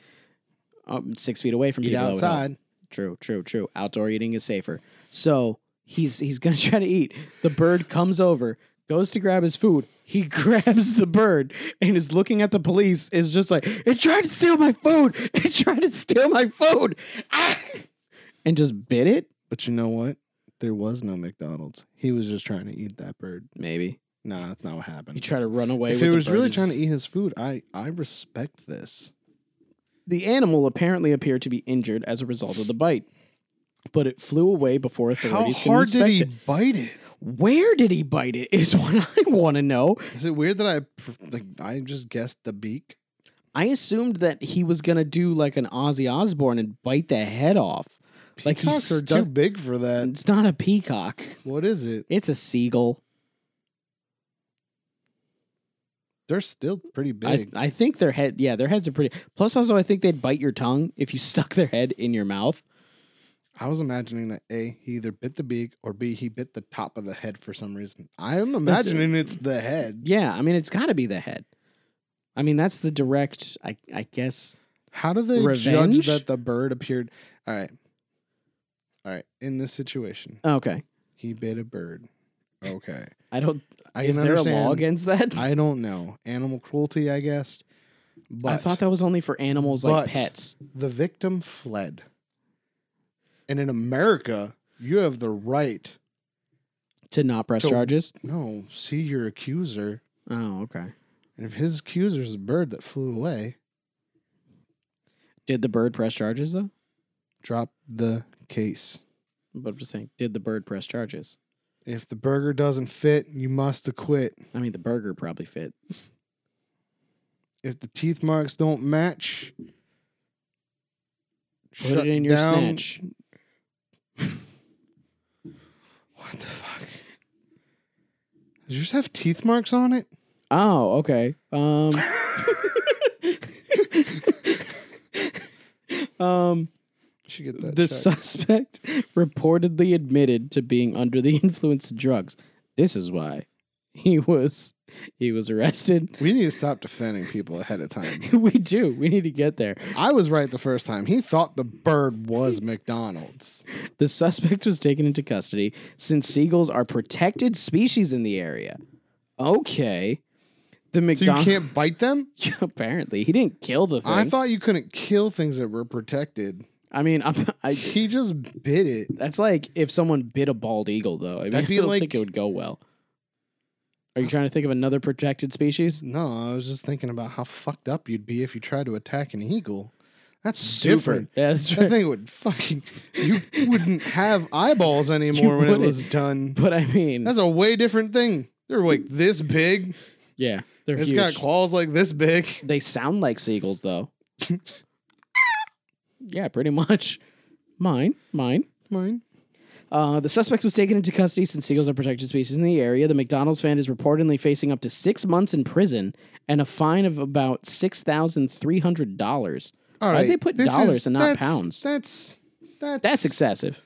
um, six feet away from Eat people that would help. outside. True, true, true. Outdoor eating is safer. So he's he's gonna try to eat. The bird comes over, goes to grab his food. He grabs the bird and is looking at the police. Is just like, it tried to steal my food. It tried to steal my food. Ah! And just bit it. But you know what? There was no McDonald's. He was just trying to eat that bird. Maybe Nah, that's not what he happened. tried to run away. If with he the was really bird. trying to eat his food, I I respect this. The animal apparently appeared to be injured as a result of the bite, but it flew away before How authorities could hard did inspect he it. bite it? Where did he bite it? Is what I want to know. Is it weird that I pr- like I just guessed the beak? I assumed that he was gonna do like an Ozzy Osbourne and bite the head off. Like, he Peacocks are too stuck- big for that. It's not a peacock. What is it? It's a seagull. They're still pretty I, big. I think their head, yeah, their heads are pretty. Plus, also, I think they'd bite your tongue if you stuck their head in your mouth. I, was imagining that A, he either bit the beak or B, he bit the top of the head for some reason. I am imagining it's the head. Yeah, I mean, it's got to be the head. I mean, that's the direct. I, I guess How do they Revenge? judge that the bird appeared? All right. All right. In this situation, okay. he bit a bird. Okay. I don't. I is can there a law understand- against that? I, I don't know. Animal cruelty, I guess. But thought that was only for animals like but- pets. the victim fled. And in America, you have the right To not press So- charges. no see your accuser. Oh, okay. And if his accuser is a bird that flew away, Did the bird press charges though? drop the case. But I'm just saying, did the bird press charges? If the burger doesn't fit, you must acquit. I mean, the burger probably fit. If the teeth marks don't match, Put shut it in your down. snatch. What the fuck? Does yours have teeth marks on it? Oh, okay. Um, um, Should get that. the checked. suspect reportedly admitted to being under the influence of drugs. This is why he was he was arrested. we need to stop defending people ahead of time. we do. We need to get there. I was right the first time. He thought the bird was McDonald's. The suspect was taken into custody since seagulls are protected species in the area. Okay. The So you McDonald can't bite them? apparently he didn't kill the thing. I I, thought you couldn't kill things that were protected. mean, I'm, I He just bit it. That's like if someone bit a bald eagle, though. I mean, That'd be I don't like- think it would go well. Are you trying to think of another protected species? No, I was just thinking about how fucked up you'd be if you tried to attack an eagle. That's different. Yeah, that's That right. thing would fucking. You wouldn't have eyeballs anymore when it wouldn't. was done. But I mean, That's a way different thing. They're like this big. yeah, they're It's huge. got claws like this big. they sound like seagulls, though. yeah, pretty much. Mine, mine. Mine. Uh, the suspect was taken into custody since seagulls are protected species in the area. The McDonald's fan is reportedly facing up to six months in prison and a fine of about six thousand three hundred dollars. All Why'd right. they put this dollars is- and not that's- pounds? That's that's That's excessive.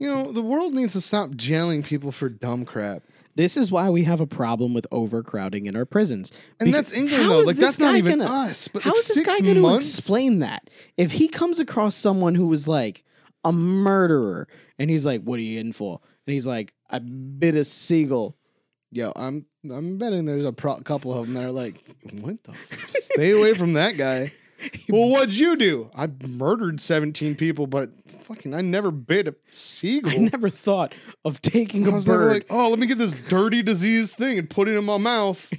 You know, the world needs to stop jailing people for dumb crap. This is why we have a problem with overcrowding in our prisons. And Beca- that's England How though. is Like this that's not guy even gonna- us. But How like is this six guy going to months? explain that? If he comes across someone who was like a murderer and he's like, What are you in for? And he's like, I bit a seagull. Yo, I'm I'm betting there's a pro- couple of them that are like, what the? f- Stay away from that guy. Well, what'd you do? I murdered 17 people, but fucking, I never bit a seagull. I never thought of taking I a was bird. never like, oh, let me get this dirty disease thing and put it in my mouth.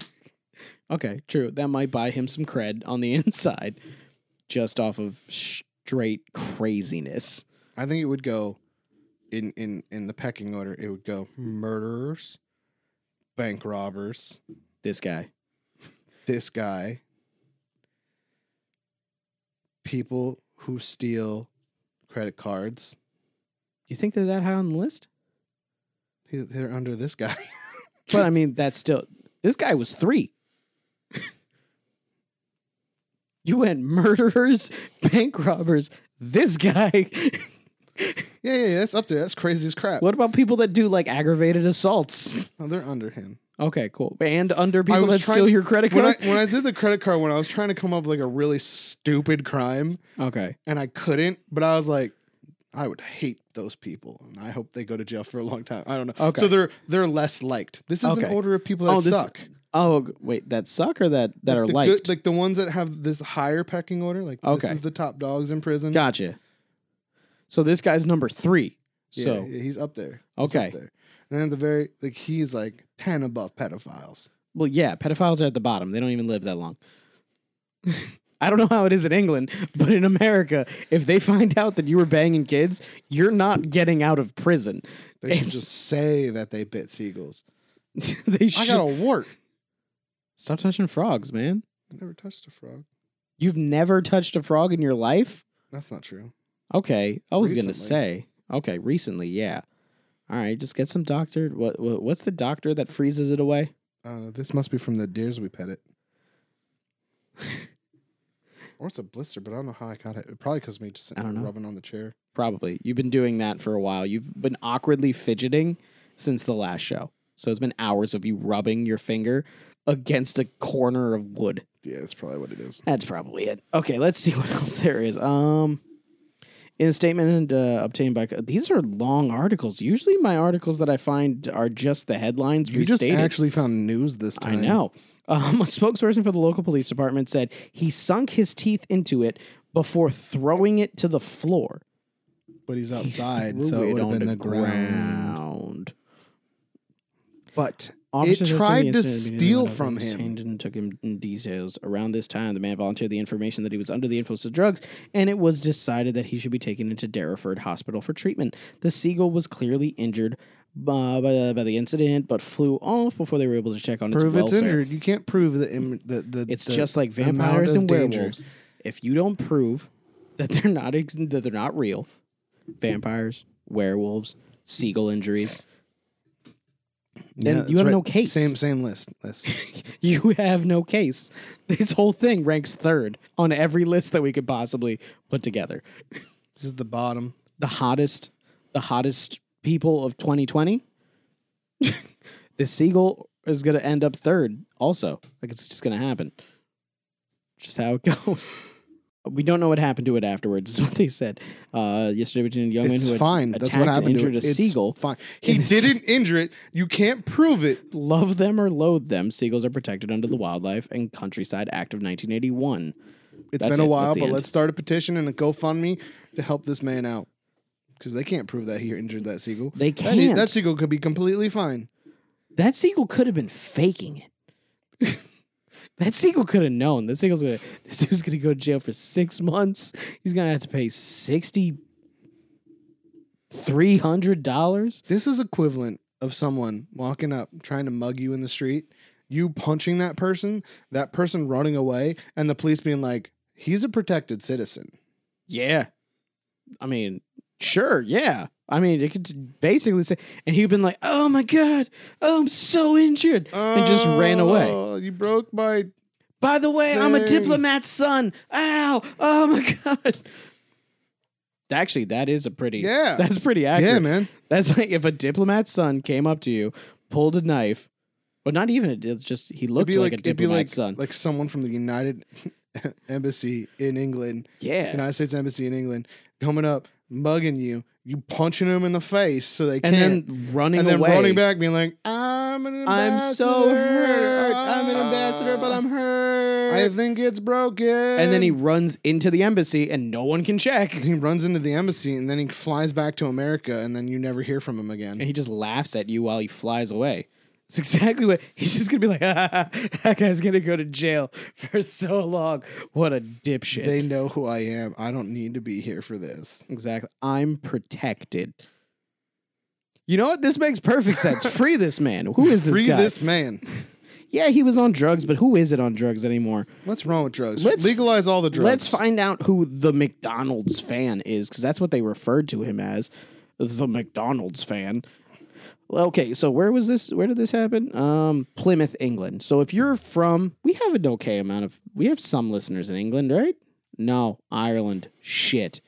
okay, true. That might buy him some cred on the inside just off of straight craziness. I think it would go in in in the pecking order. It would go murderers, bank robbers, This guy. this guy, people who steal credit cards. You think they're that high on the list? He- They're under this guy. But I mean, that's still this guy was three. you went murderers, bank robbers. This guy. yeah, yeah, yeah. That's up there. That's crazy as crap. what about people that do like aggravated assaults? No, they're under him. Okay, cool. And under people was that trying- steal your credit When I card. when I did the credit card one, I was trying to come up with like a really stupid crime, okay, and I couldn't. But I was like, I would hate those people, and I hope they go to jail for a long time. I don't know. okay. So they're they're less liked. This is Okay. an order of people that Oh, this- suck. oh g- wait, that suck or that that are the liked. like the ones that have this higher pecking order. Like Okay. this is the top dogs in prison. gotcha. So this guy's number three. Yeah, So yeah, he's up there. He's okay, up there. And then at the very like he's like ten above pedophiles. Well, yeah, pedophiles are at the bottom. They don't even live that long. I don't know how it is in England, but in America, if they find out that you were banging kids, you're not getting out of prison. They should It's- just say that they bit seagulls. they I should got a wart. stop touching frogs, man. I never touched a frog. You've never touched a frog in your life. That's not true. Okay, I was gonna say. Recently. Okay, recently, yeah. All right, just get some doctor. What, what what's the doctor that freezes it away? Uh, this must be from the deers we petted. or it's a blister, but I don't know how I got it. Probably because me just I don't know. rubbing on the chair. Probably. You've been doing that for a while. You've been awkwardly fidgeting since the last show. So it's been hours of you rubbing your finger against a corner of wood. Yeah, that's probably what it is. That's probably it. Okay, let's see what else there is. Um in a statement uh, obtained by these are long articles. Usually my articles that I find are just the headlines You just restated. actually found news this time. I know. Um, a spokesperson for the local police department said he sunk his teeth into it before throwing it to the floor. but he's He outside, threw so it would have on been the ground. ground. But Officers are saying tried the to incident began steal when from officers him. detained and took him in details. Around this time, the man volunteered the information that he was under the influence of drugs, and it was decided that he should be taken into Derriford Hospital for treatment. The seagull was clearly injured uh, by, by the incident, but flew off before they were able to check on prove its it's welfare. injured. You can't prove the Im- the, the It's the just like amount vampires of and danger. werewolves. If you don't prove that they're not ex- that they're not real, vampires, werewolves, seagull injuries, Yeah, you that's have no case. Same same list. list. you have no case. This whole thing ranks third on every list that we could possibly put together. this is the bottom. The hottest, the hottest people of 2020. the seagull is going to end up third. Also, like it's just going to happen. Just how it goes. We don't know what happened to it afterwards. Is what they said uh, yesterday between a young man It's who had fine. That's what attacked and happened injured to it. a It's seagull. Fine. He It's- didn't injure it. You can't prove it. Love them or loathe them, seagulls are protected under the Wildlife and Countryside Act of 1981. That's It's been a it. That's while, the but end. let's start a petition and a GoFundMe to help this man out because they can't prove that he injured that seagull. They That, can't. that seagull could be completely fine. that seagull could have been faking it. that seagull could have known. This seagull's gonna. This dude's gonna go to jail for six months. He's gonna have to pay sixty three hundred dollars. This is equivalent of someone walking up trying to mug you in the street, you punching that person, that person running away, and the police being like, "He's a protected citizen." Yeah. I mean, sure, yeah. I mean, it could basically say, and he'd been like, "Oh my god, oh, I'm so injured," and just ran away. Oh, You broke my. By the way, I'm a Dang. diplomat's son. Ow! Oh my god. Actually, that is a pretty. Yeah. That's pretty accurate. Yeah, man. That's like if a diplomat's son came up to you, pulled a knife, well, not even a, it's just he It'd looked be like, a it'd be diplomat's like, son. like someone from the United Embassy in England yeah. United States Embassy in England coming up, mugging you, you punching them in the face so they and can't. then running and then away. running back, being like, "I'm an ambassador. I'm so hurt. I'm an ambassador, but I'm hurt. I think it's broken." and then he runs into the embassy and no one can check. he runs into the embassy, and then he flies back to America, and then you never hear from him again. and he just laughs at you while he flies away. It's exactly what he's just gonna be like. "Ah, that guy's gonna go to jail for so long. What a dipshit! They know who I am. I don't need to be here for this. exactly. I'm protected. You know what? This makes perfect sense. Free this man. Who is this Free guy? this man. Yeah, he was on drugs, but who is it on drugs anymore? What's wrong with drugs? Let's- legalize all the drugs. Let's find out who the McDonald's fan is, because that's what they referred to him as, the McDonald's fan. Well, Okay, so where was this? Where did this happen? Um, Plymouth, England. So if you're from, we have an okay amount of, we have some listeners in England, right? No, Ireland. Shit.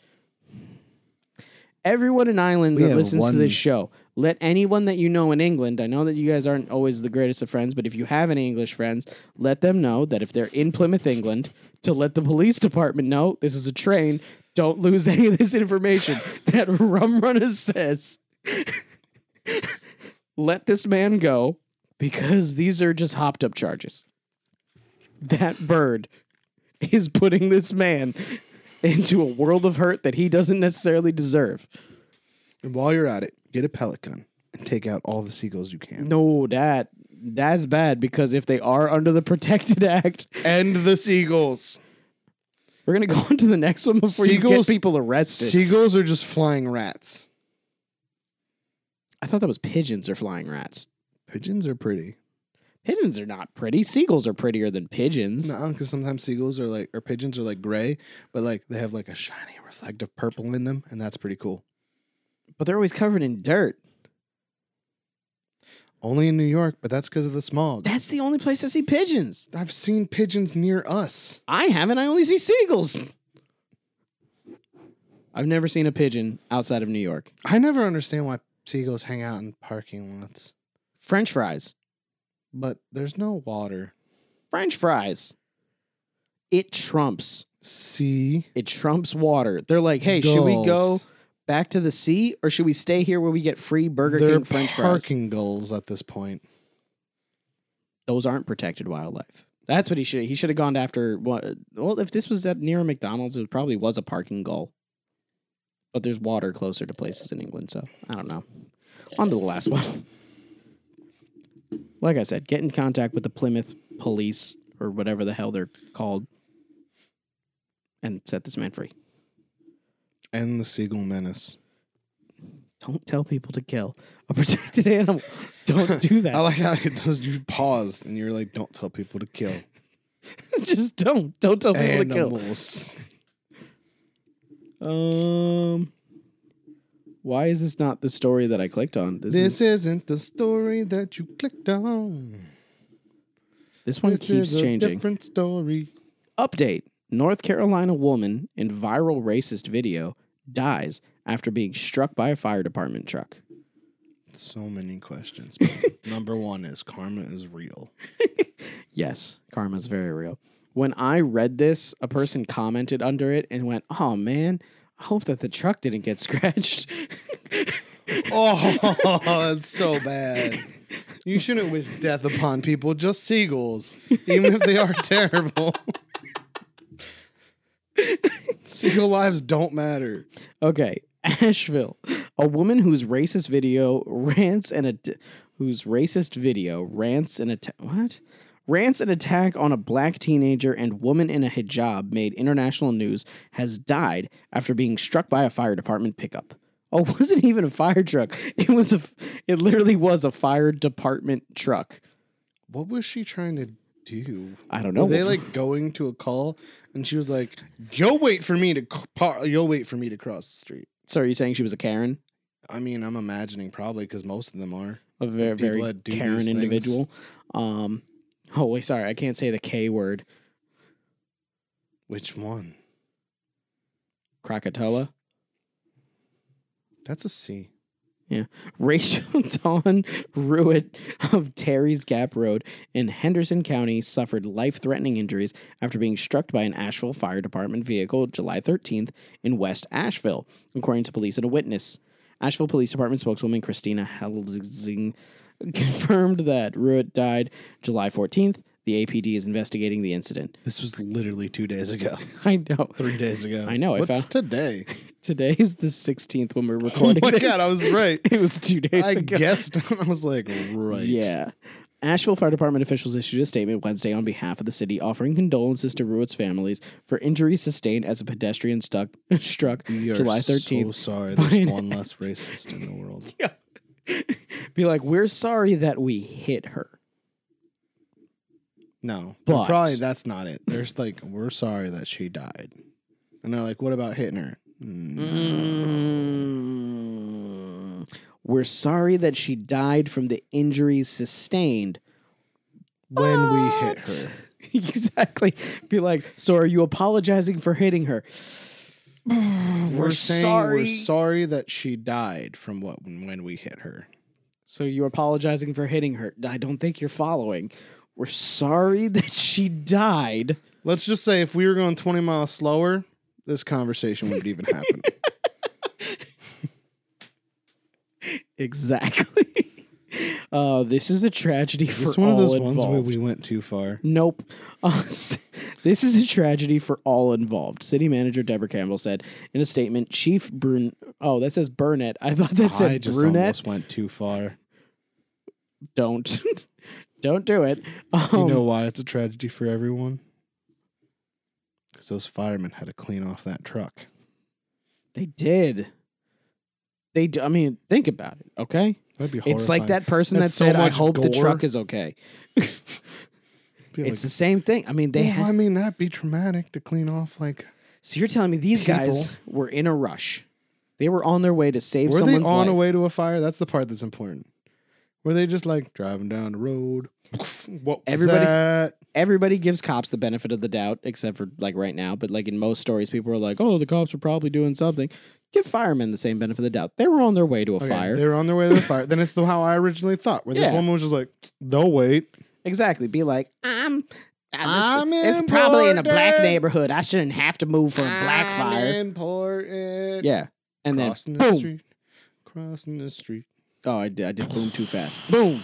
Everyone in Ireland We that have listens to one- this show, let anyone that you know in England, I know that you guys aren't always the greatest of friends, but if you have any English friends, let them know that if they're in Plymouth, England, to let the police department know this is a train. Don't lose any of this information that Rum Runner says. let this man go because these are just hopped up charges. That bird is putting this man into a world of hurt that he doesn't necessarily deserve. And while you're at it, get a pellet gun and take out all the seagulls you can. No, that that's bad because if they are under the Protected Act, End the seagulls. we're gonna go on to the next one before you get Seagulls- people arrested. Seagulls are just flying rats. I thought that was pigeons or flying rats. Pigeons are pretty. Pigeons are not pretty. Seagulls are prettier than pigeons. No, because sometimes seagulls are like, or pigeons are like gray, but like they have like a shiny reflective purple in them, and that's pretty cool. But they're always covered in dirt. Only in New York, but that's because of the smog. That's the only place I see pigeons. I've seen pigeons near us. I haven't. I only see seagulls. I've never seen a pigeon outside of New York. I never understand why seagulls hang out in parking lots, French fries. but there's no water. French fries. It trumps. Sea. It trumps water. They're like, hey, should we go back to the sea or should we stay here where we get free Burger They're King French fries? parking gulls at this point. Those aren't protected wildlife. That's what he should. He should have gone after. what- Well, if this was at near a McDonald's, it probably was a parking gull. But there's water closer to places in England, so I don't know. On to the last one. Like I said, get in contact with the Plymouth police or whatever the hell they're called, and set this man free. And the seagull menace. Don't tell people to kill a protected animal. Don't do that. I like how it does. You paused and you're like, "Don't tell people to kill Just don't. Don't tell people to kill. animals." Um, Why is this not the story that I clicked on? This This isn't the story that you clicked on. this one this keeps is a changing. different story. Update: North Carolina woman in viral racist video dies after being struck by a fire department truck. So many questions. but Number one is karma is real. Yes, karma's very real. When I read this, a person commented under it and went, "Oh man, I hope that the truck didn't get scratched." Oh, that's so bad. You shouldn't wish death upon people, just seagulls, even if they are terrible. Seagull lives don't matter. Okay, Asheville. A woman whose racist video rants and a whose racist video rants and attack what? Rants an attack on a black teenager and woman in a hijab made international news has died after being struck by a fire department pickup. Oh, it wasn't even a fire truck. It was a f- it literally was a fire department truck. What was she trying to do? I don't know. Were they like going to a call, and she was like, "You'll wait for me to c- par- you'll wait for me to cross the street." so are you saying she was a Karen? I mean, I'm imagining probably because most of them are. a very people very that do these Karen things. individual. Um, oh wait, sorry, I can't say the K word. Which one? Krakatoa. That's a C. Rachel Dawn Ruitt of Terry's Gap Road in Henderson County suffered life threatening injuries after being struck by an Asheville Fire Department vehicle July 13th in West Asheville, according to police and a witness. Asheville Police Department spokeswoman Christina Helzing confirmed that Ruitt died July 14th. The APD is investigating the incident. This was literally two days ago, I know. three days ago. I know, I What's found- today? Today is the 16th when we're Oh recording my this. god, I was right. it was two days I ago. guessed. I was like, right. Yeah. Asheville Fire Department officials issued a statement Wednesday on behalf of the city offering condolences to Ruitt's families for injuries sustained as a pedestrian stuck, struck We are July so 13th. sorry. by There's an- one less racist in the world. Be like, we're sorry that we hit her. No, But- but probably that's not it. There's like, we're sorry that she died, and they're like, what about hitting her? Mm-hmm. No. Mm. We're sorry that she died from the injuries sustained. When we hit What? her, exactly. Be like, so are you apologizing for hitting her? we're, We're saying sorry. we're sorry that she died from what when we hit her. So you're apologizing for hitting her. I don't think you're following. We're sorry that she died. Let's just say if we were going 20 miles slower, this conversation wouldn't even happen. Exactly. Uh, this is a tragedy for it's one of all those involved. ones where we went too far. Nope. Uh, s- this is a tragedy for all involved. City manager Deborah Campbell said in a statement, Chief Brun. Oh, that says Burnett. I thought that I said just Brunette. almost went too far. Don't, don't do it. You Um, know why it's a tragedy for everyone? Because those firemen had to clean off that truck. they did. They. d- I mean, think about it. Okay. That'd be horrifying. It's like that person That's that so said, "I much hope the gore." truck is okay." Be it's the same thing. I mean, they. Well, ha- I mean, that'd be traumatic to clean off. Like, so you're telling me these guys were in a rush? They were on their way to save were they on someone's life. a way to a fire? That's the part that's important. Were they just like driving down the road? What was Everybody- that? Everybody gives cops the benefit of the doubt, except for like right now. But like in most stories, people are like, "Oh, the cops were probably doing something." Give firemen the same benefit of the doubt. They were on their way to a Okay, fire. They were on their way to the fire. Then it's the how I originally thought, where Yeah. this woman was just like, "They'll wait." Exactly. Be like, "I'm." I- I'm this- it's probably in a black important. neighborhood. I shouldn't have to move for a black I'm fire. Important. Yeah. And then Crossing the boom. street. Crossing the street. Oh, I did. I did boom too fast. Boom.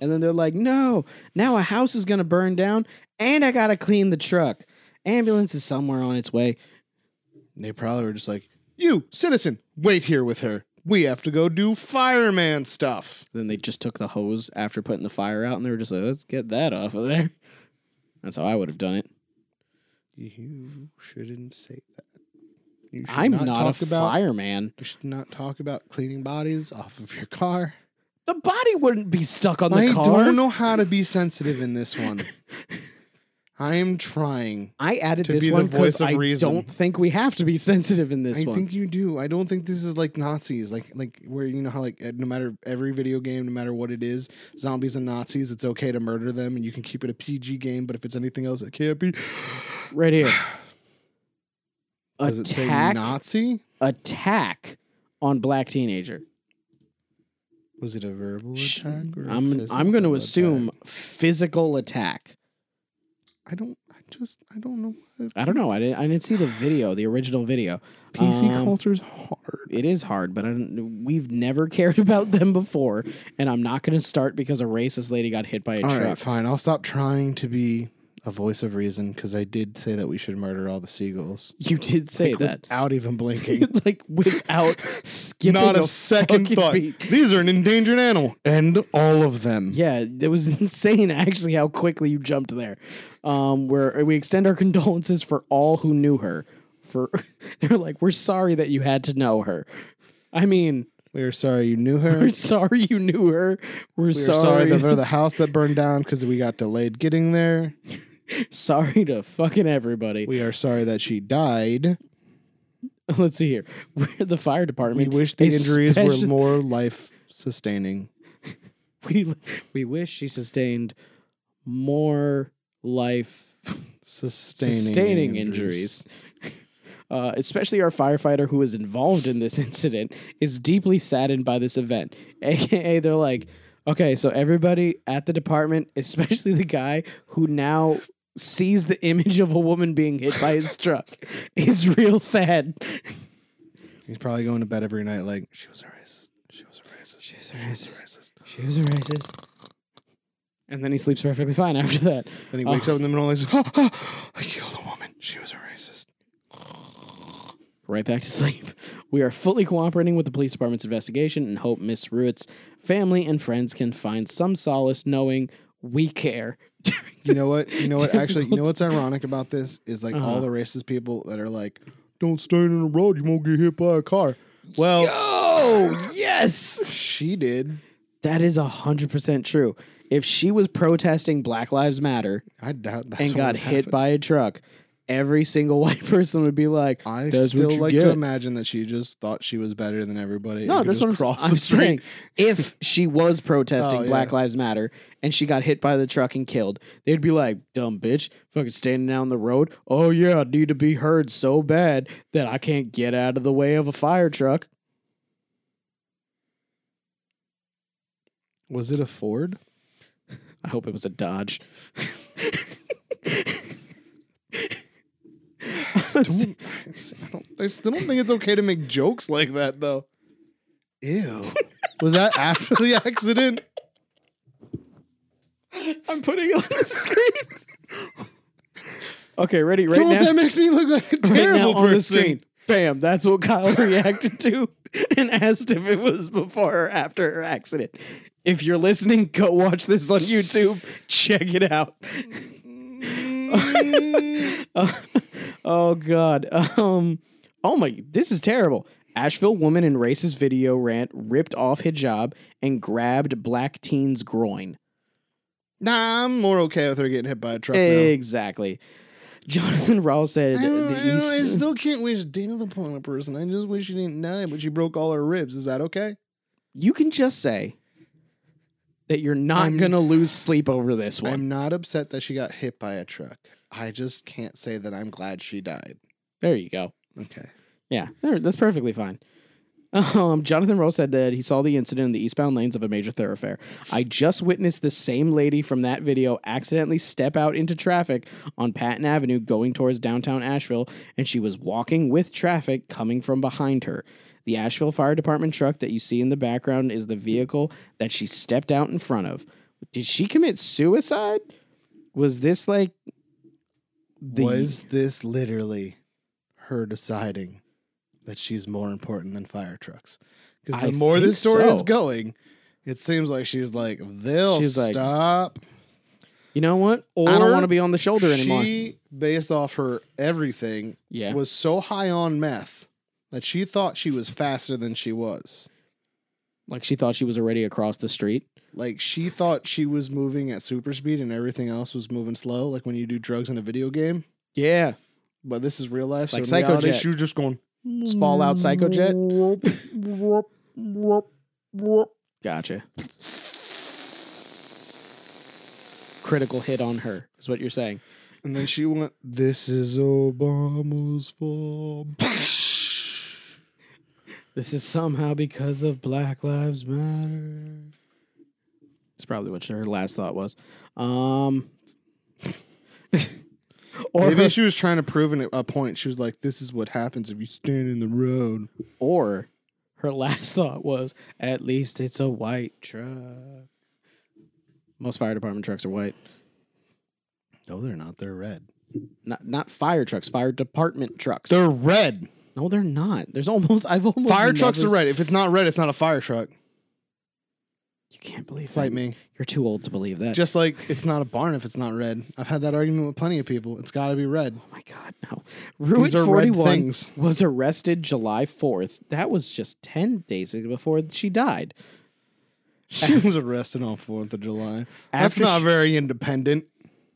And then they're like, no, now a house is going to burn down and I got to clean the truck. Ambulance is somewhere on its way. They probably were just like, "You citizen, wait here with her. We have to go do fireman stuff." Then they just took the hose after putting the fire out and they were just like, let's get that off of there. That's how I would have done it. You shouldn't say that. You should I'm not, a about, fireman. You should not talk about cleaning bodies off of your car. The body wouldn't be stuck on the I car. don't know how to be sensitive in this one. I am trying. I added To this be the one because voice of I reason. don't think we have to be sensitive in this I one. think you do. I don't think this is like Nazis, like like where you know how like eh, no matter every video game, no matter what it is, zombies and Nazis, it's okay to murder them, and you can keep it a PG game. But if it's anything else, it can't be. right here. Does it say attack Nazi? attack on black teenager. Was it a verbal Sh- attack? Or a I'm I'm going physical to assume attack? physical attack. I don't. I just. I don't know. what- I don't know. I didn't I didn't see the video, the original video. PC Um, culture's hard. It is hard, but I don't, we've never cared about them before, and I'm not going to start because a racist lady got hit by a All right, truck. fine. I'll stop trying to be a voice of reason because I did say that we should murder all the seagulls. You did say Like, that. without even blinking. like without skipping Not a, a second fucking thought. beat. These are an endangered animal, and all of them. Yeah, it was insane actually how quickly you jumped there. Um, where we extend our condolences for all who knew her. For they're like, we're sorry that you had to know her. I mean, We are sorry you knew her. we're sorry you knew her. We're We are sorry. sorry that they're the house that burned down because we got delayed getting there. sorry to fucking everybody. We are sorry that she died. Let's see here. We're the fire We department. wish the injuries especially- were more life sustaining. We we wish she sustained more life Sustaining, sustaining injuries. Uh, especially our firefighter who was involved in this incident is deeply saddened by this event. AKA, they're like, okay, so everybody at the department, especially the guy who now sees the image of a woman being hit by his truck, is real sad. He's probably going to bed every night like she was a racist. She was a racist. She was a racist. She was a racist. And then he sleeps perfectly fine after that. Then he wakes up in the middle and he's like, "Ah, ah, I killed a woman. She was a racist. right back to sleep. We are fully cooperating with the police department's investigation and hope Miss Ruitt's family and friends can find some solace knowing we care. You know what? You know what? Actually, you know Difficult. what's ironic about this is like Uh-huh. all the racist people that are like, "Don't stand in the road. You won't get hit by a car." Well, Oh, yes. she did. That is 100% true. If she was protesting Black Lives Matter I doubt that's and what got was hit happening. by a truck, every single white person would be like, I "That's what still you like get." to imagine that she just thought she was better than everybody. and No, could that's just what I'm, cross I'm the street. saying. If she was protesting Oh, yeah. Black Lives Matter and she got hit by the truck and killed, they'd be like, dumb bitch, fucking standing down the road. Oh, yeah, I need to be heard so bad that I can't get out of the way of a fire truck. Was it a Ford? I hope it was a Dodge. Don't- I, don't, I still don't think it's okay to make jokes like that, though. Ew. Was that after the accident? I'm putting it on the screen. okay, ready, right Don't, now. that makes me look like a right now terrible on the person. screen. Bam, that's what Kyle reacted to and asked if it was before or after her accident. If you're listening, go watch this on YouTube. Check it out. oh, oh, god. Um oh my this is terrible. Asheville woman in racist video rant ripped off hijab and grabbed black teen's groin. Nah, I'm more okay with her getting hit by a truck Exactly. Jonathan Rawls said now. I, don't- I the don't- I East still can't wish Dana upon a person. I just wish she didn't die, but she broke all her ribs. Is that okay? you can just say that you're not I'm- gonna lose sleep over this one. I'm not upset that she got hit by a truck. I just can't say that I'm glad she died. there you go. Okay. Yeah, there- that's perfectly fine. Um, Jonathan Rowe said that he saw the incident in the eastbound lanes of a major thoroughfare. I just witnessed the same lady from that video accidentally step out into traffic on Patton Avenue going towards downtown Asheville, and she was walking with traffic coming from behind her. The Asheville Fire Department truck that you see in the background is the vehicle that she stepped out in front of. Did she commit suicide? Was this like the Was this literally her deciding that she's more important than fire trucks? Because the I more think this story is so. going, it seems like she's like, they'll She's like, stop. you know what? I don't Or want to be on the shoulder anymore. she, based off her everything, yeah. was so high on meth that she thought she was faster than she was. Like she thought she was already across the street. Like she thought she was moving at super speed and everything else was moving slow, like when you do drugs in a video game. Yeah. But this is real life. Like so in reality, Psychojet. she was just going It's Fallout Psychojet. whoop, whoop, whoop. Gotcha. Critical hit on her is what you're saying. And then she went, This is Obama's fault. This is somehow because of Black Lives Matter. That's probably what her last thought was. Um, or Maybe she was trying to prove an, a point. She was like, This is what happens if you stand in the road. or her last thought was, at least it's a white truck. Most fire department trucks are white. No, they're not. They're red. Not not fire trucks, fire department trucks. They're red. no, they're not. There's almost I've almost Fire trucks never are s- red. If it's not red, it's not a fire truck. You can't believe Fight that. me. You're too old to believe that. Just like it's not a barn if it's not red. I've had that argument with plenty of people. It's got to be red. oh my god, no. Ruin are red 41 things. was arrested July 4th. That was just 10 days before she died. She was arrested on 4th of July. That's After not she- very independent.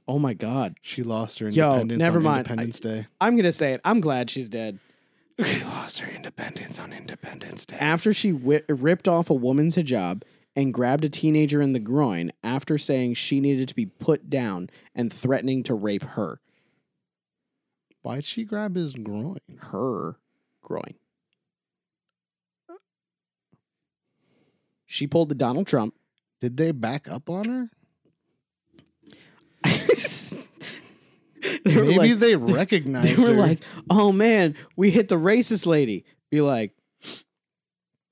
Oh my god. She lost her Yo, independence never on mind. Independence Day. I'm going to say it. I'm glad she's dead. She lost her independence on Independence Day. after she wi ripped off a woman's hijab and grabbed a teenager in the groin after saying she needed to be put down and threatening to rape her. Why'd she grab his groin? Her groin. She pulled the Donald Trump. Did they back up on her? They were Maybe like- they recognized they were her. like, "Oh man, we hit the racist lady." Be like,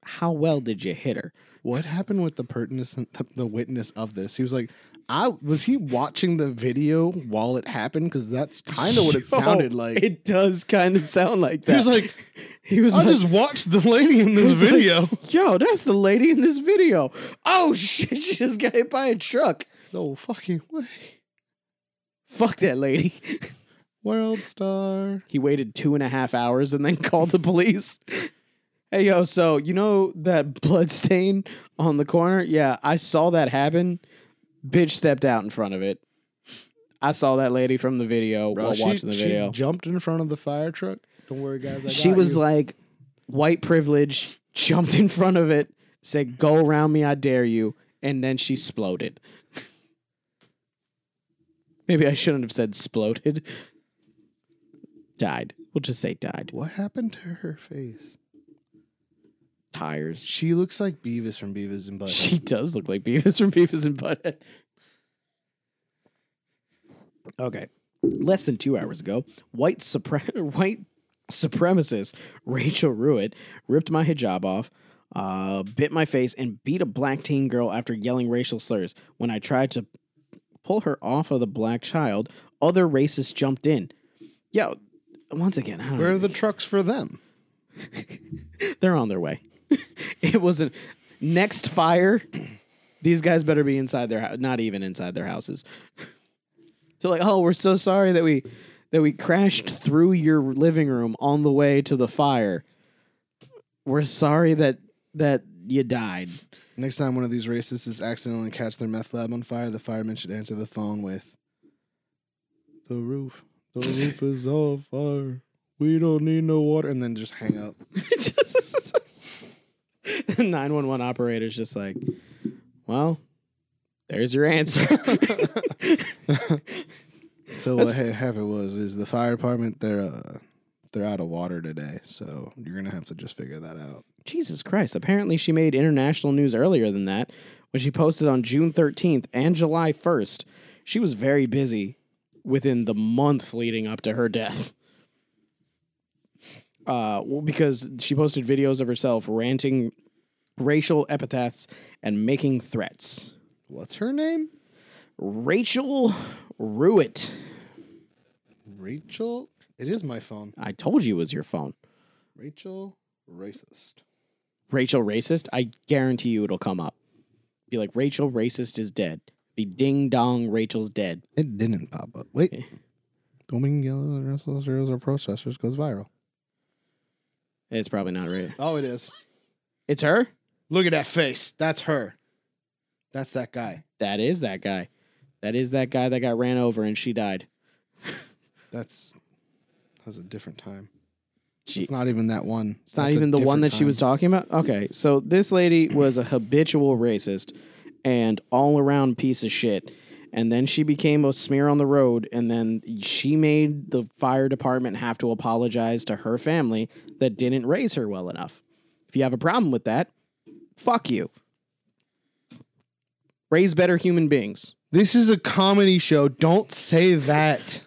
"How well did you hit her?" what happened with the pertinence, the, the witness of this? He was like, I was he watching the video while it happened because that's kind of what it Yo, sounded like. It does kind of sound like that. he was like, he was I like, just watched the lady in this He's like- video. Yo, that's the lady in this video. Oh shit, she just got hit by a truck. no fucking way, Fuck that lady. world star. He waited two and a half hours and then called the police. Hey yo, so you know that blood stain on the corner? Yeah, I saw that happen. Bitch stepped out in front of it. I saw that lady from the video Bro, while she, watching the she video. jumped in front of the fire truck. Don't worry, guys. I She got was you. like white privilege, jumped in front of it, said, Go around me, I dare you, and then she sploded. Maybe I shouldn't have said sploded. Died. We'll just say died. "What happened to her face? Tires. She looks like Beavis from Beavis and Butthead." She does look like Beavis from Beavis and Butthead. Okay. Less than two hours ago, white supre- white supremacist Rachel Ruitt ripped my hijab off, uh, bit my face, and beat a black teen girl after yelling racial slurs. When I tried to pull her off of the black child, other racists jumped in. Yo, once again, I don't Where are the trucks for them? they're on their way. it wasn't next fire. These guys better be inside their house, not even inside their houses. So like, oh, we're so sorry that we that we crashed through your living room on the way to the fire. We're sorry that that you died. Next time one of these racists is accidentally catch their meth lab on fire, the fireman should answer the phone with The roof. The roof is on fire. We don't need no water and then just hang up. Nine one one operator's just like, well, there's your answer. So what ha- happened was is the fire department they're uh, they're out of water today, so you're gonna have to just figure that out. Jesus Christ. Apparently, she made international news earlier than that when she posted on June 13th and July 1st. She was very busy within the month leading up to her death. Uh, well, because she posted videos of herself ranting racial epithets and making threats. What's her name? Rachel Ruitt. Rachel. It is my phone. I told you it was your phone. Rachel racist. Rachel racist, I guarantee you it'll come up. Be like, Rachel racist is dead. Be ding dong, Rachel's dead. It didn't pop up. Wait. Going yellow Russell cereals or processors goes viral. It's probably not right. Oh, it is. It's her? Look at that face. That's her. That's that guy. That is that guy. That is that guy that got ran over and she died. That's that's a different time. She, It's not even that one. It's not even the one that she was talking about. Okay, so this lady was a habitual racist and all around piece of shit. And then she became a smear on the road, and then she made the fire department have to apologize to her family that didn't raise her well enough. If you have a problem with that, fuck you. Raise better human beings. This is a comedy show. Don't say that.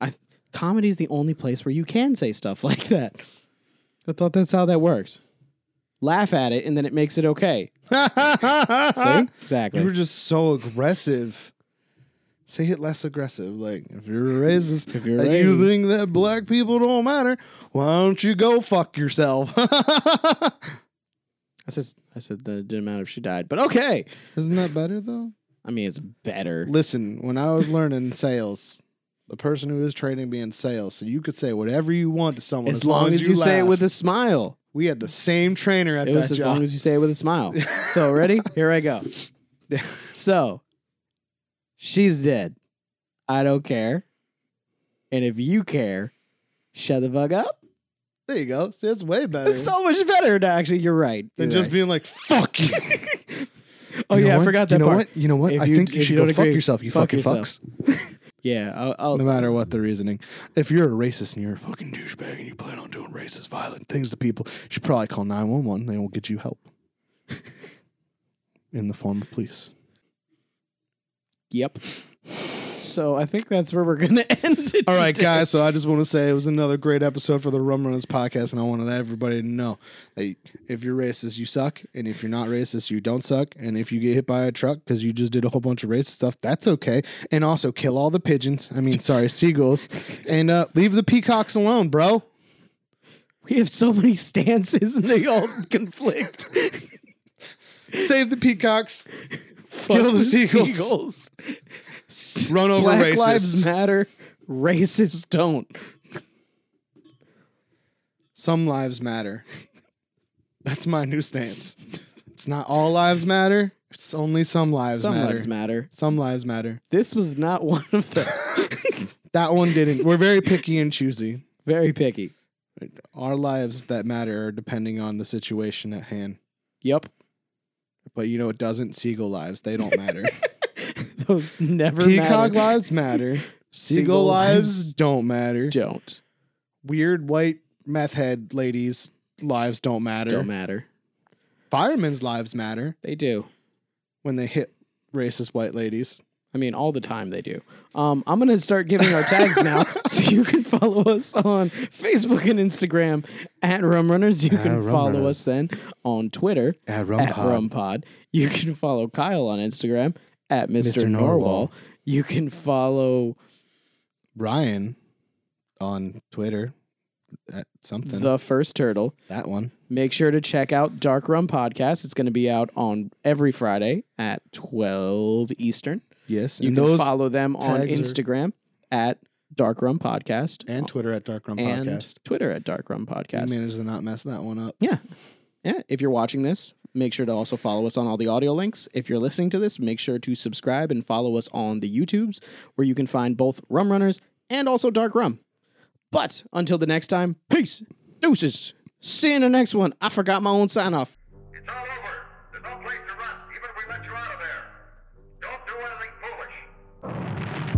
I comedy is the only place where you can say stuff like that. I thought that's how that worked. Laugh at it, and then it makes it okay. See? Exactly. Ah. You were just so aggressive. Say it less aggressive. Like if you're a racist, If you're and you racist. think that black people don't matter, why don't you go fuck yourself? I said I said that didn't matter if she died, but okay. Isn't that better though? I mean, it's better. Listen, when I was learning sales, the person who is training me in sales, so you could say whatever you want to someone as long as you, say it laugh. with a smile. We had the same trainer at It that was as job. long as you say it with a smile. So ready? Here I go. So she's dead. I don't care. And if you care, shut the fuck up. there you go. See, that's way better It's so much better to actually. You're right. than You're just being like "fuck you." right. Oh You know yeah, what? I forgot that you know part. What? You know what? If I you- think you if should you go don't fuck agree, yourself. You fuck fucking yourself. fucks. Yeah. I'll, I'll, No matter what the reasoning. If you're a racist and you're a fucking douchebag and you plan on doing racist, violent things to people, you should probably call 911. They will get you help in the form of police. Yep. So I think that's where we're gonna end it. All right, today. guys. So I just want to say it was another great episode for the Rum Runners podcast, and I wanted everybody to know that if you're racist, you suck, and if you're not racist, you don't suck, and if you get hit by a truck because you just did a whole bunch of racist stuff, that's okay. And also, kill all the pigeons. I mean, sorry, seagulls, and uh, leave the peacocks alone, bro. We have so many stances and they all conflict. Save the peacocks. Fuck the seagulls. S- Run over Black racists. lives matter. Racists don't. Some lives matter. That's my new stance. It's not all lives matter. It's only some lives Some matter. lives matter. some lives matter. This was not one of them. That one didn't. We're very picky and choosy. Very picky. Our lives that matter are depending on the situation at hand. Yep. But you know it doesn't. Seagull lives they don't matter. Those never Peacock matter. lives matter. Seagull lives don't matter. don't. Weird white meth head ladies lives don't matter. Don't matter. Firemen's lives matter They do. when they hit racist white ladies. I mean, all the time they do. Um, I'm going to start giving our tags now. So you can follow us on Facebook and Instagram at Rum Runners. You At can Rum follow Runners. us then on Twitter At at Rum Pod. You can follow Kyle on Instagram at Mr. Mr. Norwal. Norwal. You can follow Ryan on Twitter at something. The First Turtle. that one. Make sure to check out Dark Rum Podcast. It's going to be out on every Friday at 12 Eastern. Yes. You and can those follow them on tags are- Instagram at Dark Rum Podcast and Twitter at Dark Rum and Podcast. Twitter at Dark Rum Podcast. We managed to not mess that one up. Yeah. Yeah. If you're watching this, make sure to also follow us on all the audio links. If you're listening to this, make sure to subscribe and follow us on the YouTubes where you can find both Rum Runners and also Dark Rum. But until the next time, peace, deuces. See you in the next one. I forgot my own sign off. It's all over. There's no place to run, even if we let you out of there. Don't do anything foolish.